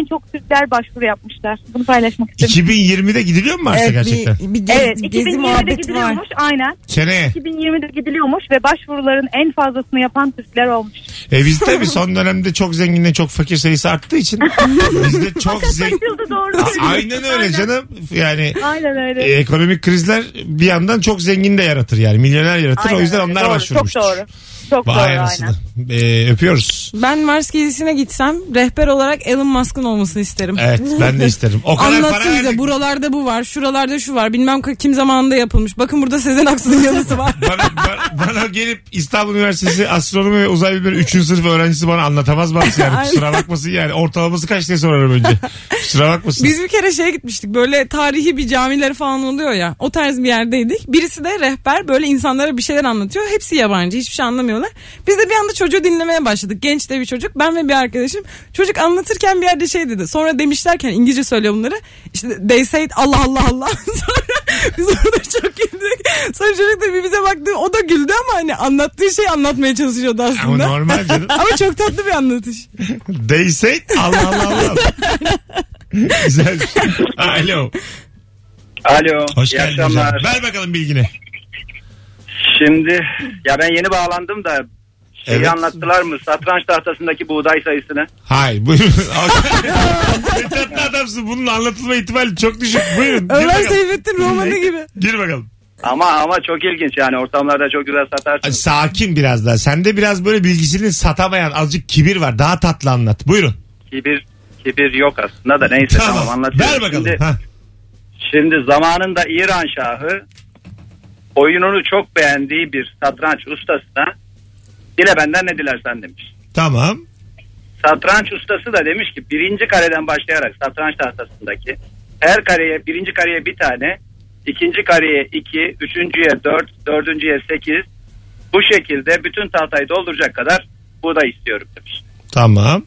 [SPEAKER 9] en çok Türkler başvuru yapmışlar. Bunu paylaşmak istedim.
[SPEAKER 2] 2020'de gidiliyor mu Mars'a
[SPEAKER 4] Evet,
[SPEAKER 2] gerçekten?
[SPEAKER 4] bir, bir gez-
[SPEAKER 9] Evet
[SPEAKER 4] gezi
[SPEAKER 9] 2020'de
[SPEAKER 4] muhabbeti var.
[SPEAKER 9] gidiliyormuş aynen.
[SPEAKER 2] Seneye.
[SPEAKER 9] 2020'de gidiliyormuş ve başvuruların en fazlasını yapan Türkler olmuş.
[SPEAKER 2] E biz tabii son dönemde çok zenginle çok fakir sayısı arttığı için bizde çok zengin.
[SPEAKER 9] Açıldı doğru.
[SPEAKER 2] Aynen öyle canım. Yani
[SPEAKER 9] Aynen öyle.
[SPEAKER 2] e, ekonomik krizler bir yandan çok zengin de yaratır yani. Milyoner yaratır.
[SPEAKER 9] Aynen
[SPEAKER 2] o yüzden
[SPEAKER 9] öyle.
[SPEAKER 2] onlar
[SPEAKER 9] Doğru,
[SPEAKER 2] başvurmuştur.
[SPEAKER 9] Çok doğru. Çok
[SPEAKER 2] Vay
[SPEAKER 9] doğru
[SPEAKER 2] anasını.
[SPEAKER 9] aynen.
[SPEAKER 2] Ee, öpüyoruz.
[SPEAKER 3] Ben Mars gezisine gitsem rehber olarak Elon Musk'ın olmasını isterim.
[SPEAKER 2] Evet ben de isterim. O kadar para
[SPEAKER 3] Anlatsın bize
[SPEAKER 2] verdik.
[SPEAKER 3] buralarda bu var, şuralarda şu var. Bilmem kim zamanında yapılmış. Bakın burada Sezen Aksu'nun yanısı var.
[SPEAKER 2] Bana, bana, bana gelip İstanbul Üniversitesi astronomi ve uzay bilimleri 3. sınıf öğrencisi bana anlatamaz Mars yani. Kusura bakmasın yani. Ortalaması kaç diye sorarım önce. Kusura bakmasın.
[SPEAKER 3] Biz bir kere şeye gitmiştik böyle tarihi bir camiler falan oluyor ya o tarz bir yerdeydik. Birisi de rehber böyle insanlara bir şeyler anlatıyor. Hepsi yabancı hiçbir şey anlamıyorlar. Biz de bir anda çocuğu dinlemeye başladık. Genç de bir çocuk ben ve bir arkadaşım. Çocuk anlatırken bir yerde şey dedi. Sonra demişlerken İngilizce söylüyor bunları. İşte they said Allah Allah Allah. Sonra biz orada çok güldük. Sonra çocuk da bir bize baktı o da güldü ama hani anlattığı şeyi anlatmaya çalışıyordu
[SPEAKER 2] Ama
[SPEAKER 3] aslında. Ama,
[SPEAKER 2] normal canım.
[SPEAKER 3] çok tatlı bir anlatış.
[SPEAKER 2] They say Allah Allah Allah. Güzel. şey. Alo.
[SPEAKER 7] Alo.
[SPEAKER 2] Hoş
[SPEAKER 7] iyi
[SPEAKER 2] geldin hocam.
[SPEAKER 7] akşamlar.
[SPEAKER 2] Ver bakalım bilgini.
[SPEAKER 7] Şimdi ya ben yeni bağlandım da şeyi
[SPEAKER 2] Evet.
[SPEAKER 7] anlattılar mı? Satranç tahtasındaki buğday sayısını.
[SPEAKER 2] Hayır buyurun. Ne tatlı adamsın. Bunun anlatılma ihtimali çok düşük. Buyurun. Gir
[SPEAKER 3] Ömer
[SPEAKER 2] bakalım.
[SPEAKER 3] Seyfettin romanı gibi.
[SPEAKER 2] Gir bakalım.
[SPEAKER 7] Ama ama çok ilginç yani ortamlarda çok güzel satarsın.
[SPEAKER 2] Sakin biraz daha. Sende biraz böyle bilgisini satamayan azıcık kibir var. Daha tatlı anlat. Buyurun.
[SPEAKER 7] Kibir kibir yok aslında da neyse tamam, anlatıyorum.
[SPEAKER 2] Ver bakalım.
[SPEAKER 7] Şimdi,
[SPEAKER 2] Ha.
[SPEAKER 7] şimdi zamanında İran şahı oyununu çok beğendiği bir satranç ustasına dile benden ne dilersen demiş.
[SPEAKER 2] Tamam.
[SPEAKER 7] Satranç ustası da demiş ki birinci kareden başlayarak satranç tahtasındaki her kareye birinci kareye bir tane, ikinci kareye iki, üçüncüye dört, dördüncüye sekiz,
[SPEAKER 10] Bu şekilde bütün tahtayı dolduracak kadar buğday istiyorum demiş.
[SPEAKER 2] Tamam.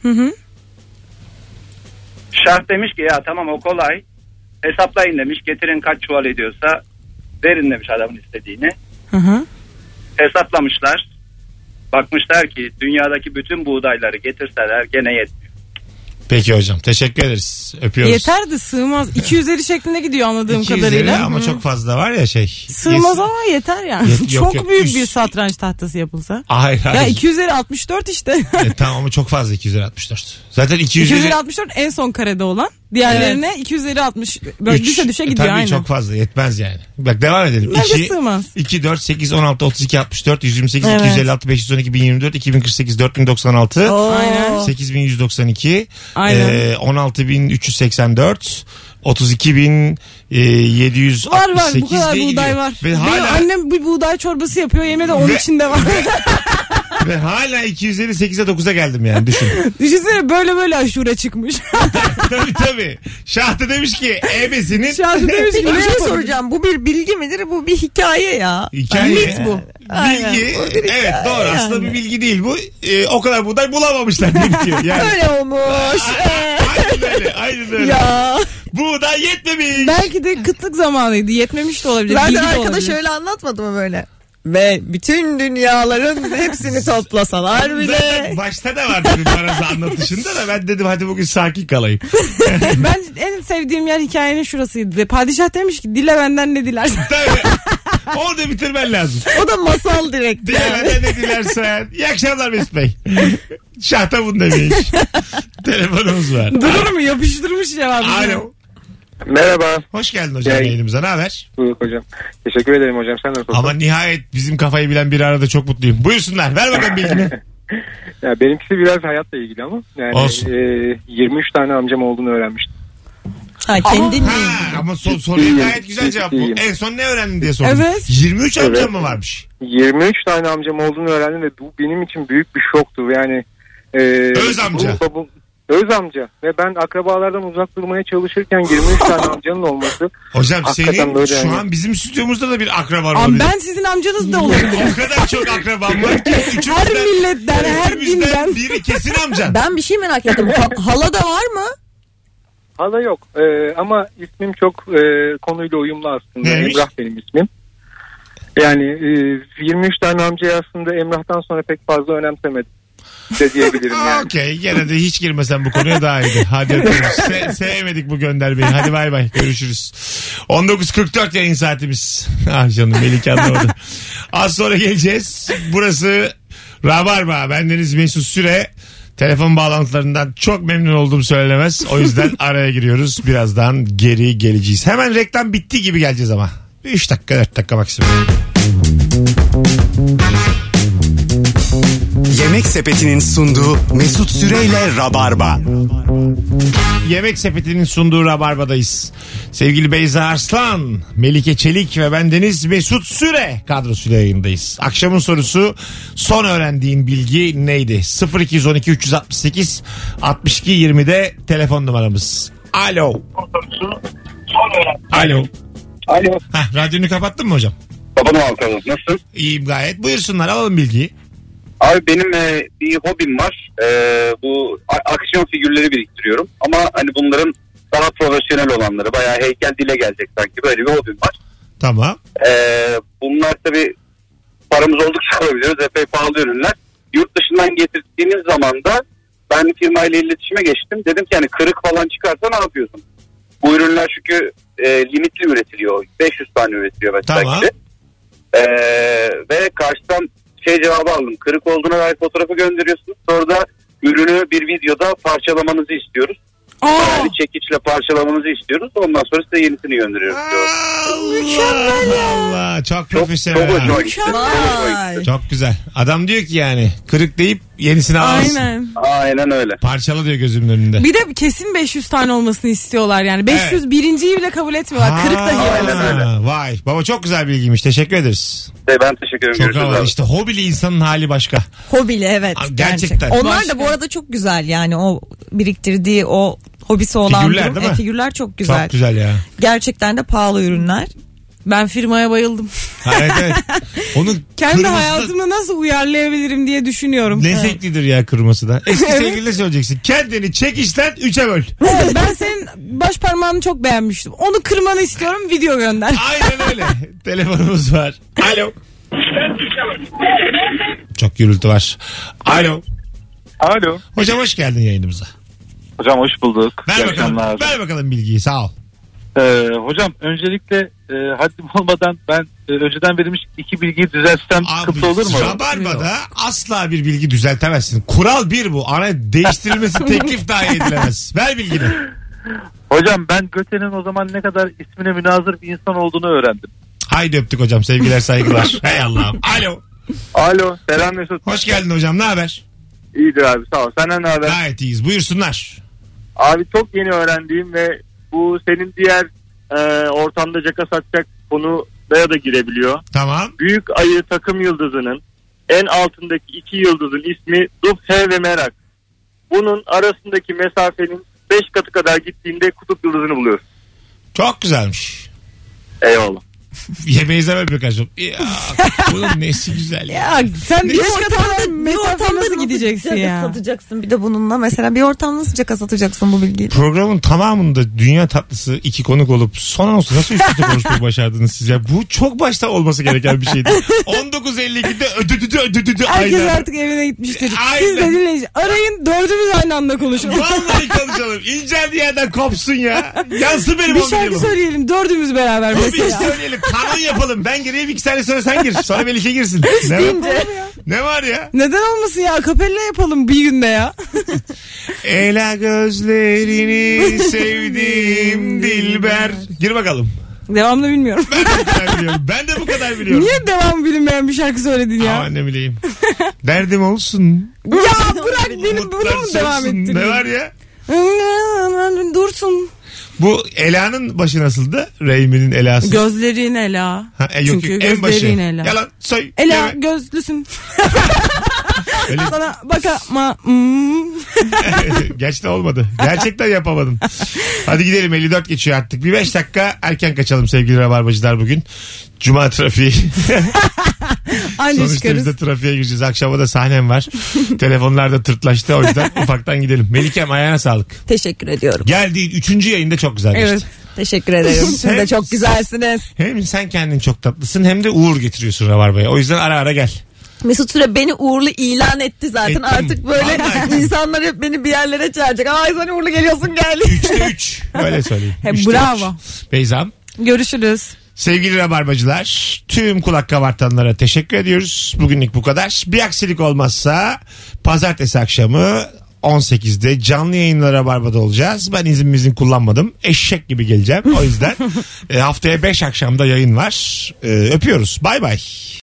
[SPEAKER 10] Şah demiş ki ya tamam o kolay. Hesaplayın demiş. Getirin kaç çuval ediyorsa verin demiş adamın istediğini.
[SPEAKER 3] Hı hı.
[SPEAKER 10] Hesaplamışlar. Bakmışlar ki dünyadaki bütün buğdayları getirseler gene yetmiyor.
[SPEAKER 2] Peki hocam teşekkür ederiz. Öpüyoruz.
[SPEAKER 3] Yeter de sığmaz. 200'leri şeklinde gidiyor anladığım
[SPEAKER 2] 200
[SPEAKER 3] kadarıyla.
[SPEAKER 2] lira ama
[SPEAKER 3] Hı.
[SPEAKER 2] çok fazla var ya şey.
[SPEAKER 3] Sığmaz
[SPEAKER 2] Yes-
[SPEAKER 3] ama yeter yani.
[SPEAKER 2] Yet- yok,
[SPEAKER 3] çok
[SPEAKER 2] yok.
[SPEAKER 3] büyük
[SPEAKER 2] Üst-
[SPEAKER 3] bir satranç tahtası yapılsa.
[SPEAKER 2] Hayır
[SPEAKER 3] Ya
[SPEAKER 2] hayır.
[SPEAKER 3] 200'leri 64 işte.
[SPEAKER 2] E, tamam ama çok fazla 264. Zaten 200 lira-
[SPEAKER 3] 264 en son karede olan. Diğerlerine 260 böyle
[SPEAKER 2] Üç.
[SPEAKER 3] düşe düşe
[SPEAKER 2] E,
[SPEAKER 3] gidiyor
[SPEAKER 2] tabii
[SPEAKER 3] aynı.
[SPEAKER 2] çok fazla yetmez yani. Bak devam edelim.
[SPEAKER 3] Bence
[SPEAKER 2] 2,
[SPEAKER 3] sığmaz.
[SPEAKER 2] 2, 4, 8, 16, 32, 64, 128,
[SPEAKER 3] Evet.
[SPEAKER 2] 256, 512, 1024, 2048, 4096,
[SPEAKER 3] Aynen.
[SPEAKER 2] 8192,
[SPEAKER 3] Aynen.
[SPEAKER 2] e, 16384, 32768
[SPEAKER 3] Var var bu kadar
[SPEAKER 2] diye
[SPEAKER 3] buğday
[SPEAKER 2] gidiyor.
[SPEAKER 3] var.
[SPEAKER 2] Ve
[SPEAKER 3] Benim
[SPEAKER 2] hala,
[SPEAKER 3] annem bir buğday çorbası yapıyor yemeğe de onun
[SPEAKER 2] Ve-
[SPEAKER 3] içinde var.
[SPEAKER 2] ve hala 258'e 9'a geldim yani düşün.
[SPEAKER 3] Düşünsene böyle böyle aşure çıkmış.
[SPEAKER 2] tabii tabii. Şahta demiş ki E ebesinin
[SPEAKER 3] Şu an demiş ki
[SPEAKER 4] Peki bir
[SPEAKER 3] ne
[SPEAKER 4] şey
[SPEAKER 3] yapalım?
[SPEAKER 4] soracağım. Bu bir bilgi midir? Bu bir hikaye ya. Hani
[SPEAKER 2] Hikaye.
[SPEAKER 4] Mit bu. Aynen.
[SPEAKER 2] Bilgi.
[SPEAKER 4] Bu bir
[SPEAKER 2] evet
[SPEAKER 4] hikaye
[SPEAKER 2] doğru. Aslında bir bilgi değil bu. Ee, o kadar buğday bulamamışlar diye bitiyor. Yani.
[SPEAKER 4] Öyle olmuş.
[SPEAKER 2] aynen öyle. Aynen öyle.
[SPEAKER 4] ya.
[SPEAKER 2] Buğday yetmemiş.
[SPEAKER 3] Belki de kıtlık zamanıydı. Yetmemiş de olabilir.
[SPEAKER 4] Ben
[SPEAKER 3] bilgi
[SPEAKER 4] de
[SPEAKER 3] de
[SPEAKER 4] arkadaş
[SPEAKER 3] olabilir.
[SPEAKER 4] öyle anlatmadı mı böyle? Ve bütün dünyaların hepsini toplasalar bile.
[SPEAKER 2] Zaten başta da vardı bir parası anlatışında da ben dedim hadi bugün sakin kalayım.
[SPEAKER 3] Ben en sevdiğim yer hikayenin şurasıydı. Padişah demiş ki dile benden ne dilersen.
[SPEAKER 2] Tabii. Orada bitirmen lazım.
[SPEAKER 4] O da masal direkt.
[SPEAKER 2] Dilemeden ne dilersen. İyi akşamlar Mesut Bey. Şahta bunu demiş. Telefonumuz var.
[SPEAKER 3] Durur mu? Yapıştırmış cevabını.
[SPEAKER 2] Alo.
[SPEAKER 5] Merhaba.
[SPEAKER 2] Hoş geldin hocam
[SPEAKER 5] Gel.
[SPEAKER 2] yayınımıza. Ne haber?
[SPEAKER 5] Buyruk hocam. Teşekkür ederim hocam. Sen nasılsın?
[SPEAKER 2] Ama nihayet bizim kafayı bilen biri arada çok mutluyum. Buyursunlar. Ver bakalım bilgini.
[SPEAKER 5] Ya benimkisi biraz hayatla ilgili ama. Yani,
[SPEAKER 2] Olsun.
[SPEAKER 5] e, 23 tane amcam olduğunu öğrenmiştim.
[SPEAKER 4] Ha, kendin
[SPEAKER 2] Ha, ama son soruya gayet güzel cevap bu.
[SPEAKER 5] İyiyim.
[SPEAKER 2] En son ne öğrendin diye sordum.
[SPEAKER 3] Evet.
[SPEAKER 2] 23 amcam
[SPEAKER 5] Evet.
[SPEAKER 2] mı varmış?
[SPEAKER 5] 23 tane amcam olduğunu öğrendim ve bu benim için büyük bir şoktu. Yani e,
[SPEAKER 2] Öz amca.
[SPEAKER 5] bu- bu- öz amca ve ben akrabalardan uzak durmaya çalışırken 23 tane amcanın olması
[SPEAKER 2] Hocam
[SPEAKER 5] Hakikaten
[SPEAKER 2] senin
[SPEAKER 5] böyle
[SPEAKER 2] şu
[SPEAKER 5] yani.
[SPEAKER 2] an bizim stüdyomuzda da bir akraban
[SPEAKER 3] Ama
[SPEAKER 2] olabilir.
[SPEAKER 3] ben sizin amcanız da olabilirim.
[SPEAKER 2] O kadar çok akraban var ki. Üçümüzden,
[SPEAKER 3] Her milletten, her
[SPEAKER 2] üçümüzden
[SPEAKER 3] dinden.
[SPEAKER 2] biri kesin amcan.
[SPEAKER 4] Ben bir şey merak ettim. Ha- hala da var mı?
[SPEAKER 5] hala yok. E, ama ismim çok e, konuyla uyumlu aslında.
[SPEAKER 2] Neymiş?
[SPEAKER 5] Emrah benim ismim. Yani e, 23 tane amcayı aslında Emrah'tan sonra pek fazla önemsemedim de diyebilirim
[SPEAKER 2] Aa,
[SPEAKER 5] yani.
[SPEAKER 2] Okey gene de hiç girmesen bu konuya daha iyiydi. Hadi öpüyoruz. Se- sevmedik bu göndermeyi. Hadi bay bay görüşürüz. 19.44 yayın saatimiz. Ah canım Melike anlamadı. Az sonra geleceğiz. Burası Rabarba. Bendeniz Mesut Süre. Telefon bağlantılarından çok memnun olduğum söylenemez. O yüzden araya giriyoruz. Birazdan geri geleceğiz. Hemen reklam bitti gibi geleceğiz ama. 3 dakika 4 dakika maksimum.
[SPEAKER 1] Yemek Sepeti'nin sunduğu Mesut Süreyle Rabarba.
[SPEAKER 2] Yemek Sepeti'nin sunduğu Rabarba'dayız. Sevgili Beyza Arslan, Melike Çelik ve bendeniz Mesut Süre kadrosuyla yayındayız. Akşamın sorusu son öğrendiğin bilgi neydi? 0212 368 62 20'de telefon numaramız. Alo. Alo.
[SPEAKER 7] Alo.
[SPEAKER 2] Hah, radyonu kapattın mı hocam?
[SPEAKER 7] Baban Alkanız nasılsın?
[SPEAKER 2] İyiyim gayet. Buyursunlar alalım bilgiyi.
[SPEAKER 7] Abi benim e, bir hobim var. E, bu a- aksiyon figürleri biriktiriyorum. Ama hani bunların daha profesyonel olanları bayağı heykel dile gelecek sanki böyle bir hobim var.
[SPEAKER 2] Tamam.
[SPEAKER 7] E, bunlar tabii paramız oldukça alabiliyoruz. Epey pahalı ürünler. Yurt dışından getirdiğiniz zaman da ben firmayla iletişime geçtim. Dedim ki hani kırık falan çıkarsa ne yapıyorsun? Bu ürünler çünkü e, limitli üretiliyor. 500 tane üretiliyor mesela.
[SPEAKER 2] Tamam.
[SPEAKER 7] gibi. Ee, ve karşıdan şey cevabı aldım. Kırık olduğuna dair fotoğrafı gönderiyorsunuz. Sonra da ürünü bir videoda parçalamanızı istiyoruz.
[SPEAKER 3] Aa,
[SPEAKER 2] Oh!
[SPEAKER 7] Yani çekiçle parçalamanızı istiyoruz. Ondan sonra size yenisini gönderiyoruz. diyor.
[SPEAKER 2] Allah Allah. Çok
[SPEAKER 7] Çok,
[SPEAKER 2] profesyonel.
[SPEAKER 7] çok
[SPEAKER 2] ha.
[SPEAKER 7] hoşuma gitti.
[SPEAKER 4] Vay.
[SPEAKER 2] Çok güzel. Adam diyor ki yani kırık deyip yenisini alsın.
[SPEAKER 3] aynen.
[SPEAKER 7] Aynen öyle.
[SPEAKER 2] Parçalı diyor gözümün önünde.
[SPEAKER 3] Bir de kesin 500 tane olmasını istiyorlar yani. 500
[SPEAKER 2] Evet.
[SPEAKER 3] birinciyi bile kabul etmiyorlar. Kırık da
[SPEAKER 2] Ha,
[SPEAKER 3] yiyemez.
[SPEAKER 2] Vay baba çok güzel bilgiymiş. Teşekkür ederiz.
[SPEAKER 7] Ve Şey, ben teşekkür ederim.
[SPEAKER 2] Çok
[SPEAKER 7] Görüşürüz
[SPEAKER 2] havalı.
[SPEAKER 7] abi.
[SPEAKER 2] İşte hobili insanın hali başka.
[SPEAKER 4] Hobili evet.
[SPEAKER 2] Abi gerçekten.
[SPEAKER 4] Onlar
[SPEAKER 3] Başka.
[SPEAKER 4] da bu arada çok güzel yani o biriktirdiği o hobisi olan
[SPEAKER 2] Figürler
[SPEAKER 4] durum-
[SPEAKER 2] değil mi?
[SPEAKER 4] E, figürler çok güzel.
[SPEAKER 2] Çok güzel ya.
[SPEAKER 4] Gerçekten de pahalı ürünler.
[SPEAKER 3] Ben firmaya bayıldım.
[SPEAKER 2] Ha, evet, evet. Onun
[SPEAKER 3] Kendi
[SPEAKER 2] kırmızı da
[SPEAKER 3] hayatımı nasıl uyarlayabilirim diye düşünüyorum.
[SPEAKER 2] lezzetlidir ya kırması da. Eski
[SPEAKER 3] Evet.
[SPEAKER 2] sevgiline söyleyeceksin. Kendini çek işten üçe böl.
[SPEAKER 3] Evet, ben senin baş parmağını çok beğenmiştim. Onu kırmanı istiyorum video gönder.
[SPEAKER 2] Aynen öyle. Telefonumuz var. Alo. Çok gürültü var. Alo.
[SPEAKER 5] Alo.
[SPEAKER 2] Hocam hoş geldin yayınımıza.
[SPEAKER 5] Hocam hoş bulduk.
[SPEAKER 2] Ver
[SPEAKER 5] İyi
[SPEAKER 2] bakalım.
[SPEAKER 5] akşamlar.
[SPEAKER 2] Ver bakalım bilgiyi sağ ol.
[SPEAKER 5] Ee, hocam öncelikle e, haddim olmadan ben e, önceden verilmiş iki bilgiyi düzeltsem sıkıntı olur mu?
[SPEAKER 2] Rabarba'da asla bir bilgi düzeltemezsin. Kural bir bu. Ana değiştirilmesi teklif dahi edilemez. Ver bilgini.
[SPEAKER 5] Hocam ben Göte'nin o zaman ne kadar ismine münazır bir insan olduğunu öğrendim.
[SPEAKER 2] Haydi öptük hocam. Sevgiler saygılar. Hey Allah'ım. Alo.
[SPEAKER 6] Alo selam Mesut.
[SPEAKER 2] Hoş geldin hocam. Ne haber?
[SPEAKER 6] İyidir abi sağ ol. Senden ne haber?
[SPEAKER 2] Gayet iyiyiz. Buyursunlar.
[SPEAKER 6] Abi çok yeni öğrendiğim ve bu senin diğer e, ortamda caka satacak konuya da girebiliyor.
[SPEAKER 2] Tamam.
[SPEAKER 6] Büyük ayı takım yıldızının en altındaki iki yıldızın ismi Dubhe ve Merak. Bunun arasındaki mesafenin 5 katı kadar gittiğinde kutup yıldızını buluyoruz.
[SPEAKER 2] Çok güzelmiş.
[SPEAKER 6] Eyvallah.
[SPEAKER 2] Yemeği zaman öpüyor kardeşim. Ya, bunun nesi güzel ya.
[SPEAKER 3] Ya sen
[SPEAKER 4] Bir
[SPEAKER 3] beş kadar
[SPEAKER 4] ortamda, bir ortamda
[SPEAKER 3] mesafe nasıl gideceksin ya?
[SPEAKER 4] Satacaksın bir de bununla mesela bir ortam nasıl caka satacaksın bu bilgiyi?
[SPEAKER 2] Programın tamamında dünya tatlısı iki konuk olup son anonsu nasıl üst üste konuşmayı başardınız siz ya? Bu çok başta olması gereken bir şeydi. 19.52'de ödüdüdü ödüdüdü
[SPEAKER 3] Herkes
[SPEAKER 2] aynen.
[SPEAKER 3] artık evine gitmiştir.
[SPEAKER 2] Aynen.
[SPEAKER 3] Siz de dinleyici. Arayın dördümüz aynı anda konuşun.
[SPEAKER 2] Vallahi konuşalım. İnceldiği yerden kopsun ya. Yansın benim
[SPEAKER 3] bir
[SPEAKER 2] on
[SPEAKER 3] şarkı
[SPEAKER 2] milyonum.
[SPEAKER 3] söyleyelim dördümüz beraber
[SPEAKER 2] Bir şey
[SPEAKER 3] mesela.
[SPEAKER 2] söyleyelim. Kanon yapalım. Ben gireyim iki saniye sonra sen gir. Sonra Melike girsin. Ne var, ne var ya?
[SPEAKER 3] Neden olmasın ya? Akapella yapalım bir günde ya.
[SPEAKER 2] Ela gözlerini sevdim Dilber. Gir bakalım.
[SPEAKER 3] Devamlı bilmiyorum.
[SPEAKER 2] Ben de bu kadar biliyorum. Ben de bu kadar biliyorum.
[SPEAKER 3] Niye devam bilinmeyen bir şarkı söyledin
[SPEAKER 2] Ama
[SPEAKER 3] ya?
[SPEAKER 2] ne bileyim. Derdim olsun.
[SPEAKER 3] ya bırak beni bunu mu
[SPEAKER 2] umutlar
[SPEAKER 3] devam
[SPEAKER 2] solsun. Ne var
[SPEAKER 3] ettirdin?
[SPEAKER 2] ya?
[SPEAKER 3] Dursun.
[SPEAKER 2] Bu Ela'nın başı nasıldı? Reymi'nin Ela'sı.
[SPEAKER 3] Gözlerin Ela.
[SPEAKER 2] Ha, e, yok,
[SPEAKER 3] Çünkü
[SPEAKER 2] yok, en başı.
[SPEAKER 3] gözlerin Ela.
[SPEAKER 2] Yalan söyle.
[SPEAKER 3] Ela gözlüsün.
[SPEAKER 2] Öyle-
[SPEAKER 3] Sana bakama. Hmm.
[SPEAKER 2] Gerçekten olmadı. Gerçekten yapamadım. Hadi gidelim 54 geçiyor artık. Bir 5 dakika erken kaçalım sevgili rabarbacılar bugün. Cuma trafiği.
[SPEAKER 3] Anca
[SPEAKER 2] Sonuçta biz
[SPEAKER 3] çıkarız.
[SPEAKER 2] de trafiğe gireceğiz. Akşama da sahnem var. Telefonlar da tırtlaştı. O yüzden ufaktan gidelim. Melikem ayağına sağlık.
[SPEAKER 4] Teşekkür ediyorum.
[SPEAKER 2] Geldi. Üçüncü yayında çok güzel geçti.
[SPEAKER 3] Evet.
[SPEAKER 4] Teşekkür ederim. Siz
[SPEAKER 2] Sen-
[SPEAKER 4] de çok güzelsiniz.
[SPEAKER 2] Hem sen kendin çok tatlısın hem de uğur getiriyorsun rabarbaya. O yüzden ara ara gel.
[SPEAKER 4] Mesut Süre beni uğurlu ilan etti zaten.
[SPEAKER 2] Ettim.
[SPEAKER 4] Artık böyle
[SPEAKER 2] Vallahi.
[SPEAKER 4] insanlar hep beni bir yerlere çağıracak. Ay sen uğurlu geliyorsun gel.
[SPEAKER 2] Üçte üç. Öyle söyleyeyim.
[SPEAKER 3] He,
[SPEAKER 2] Üçte
[SPEAKER 3] bravo.
[SPEAKER 2] üç. Beyza'm.
[SPEAKER 3] Görüşürüz.
[SPEAKER 2] Sevgili Rabarbacılar, tüm kulak kabartanlara teşekkür ediyoruz. Bugünlük bu kadar. Bir aksilik olmazsa pazartesi akşamı 18'de canlı yayınla Rabarba'da olacağız. Ben izin izin kullanmadım. Eşek gibi geleceğim. O yüzden e, haftaya 5 akşamda yayın var. E, öpüyoruz. Bay bay.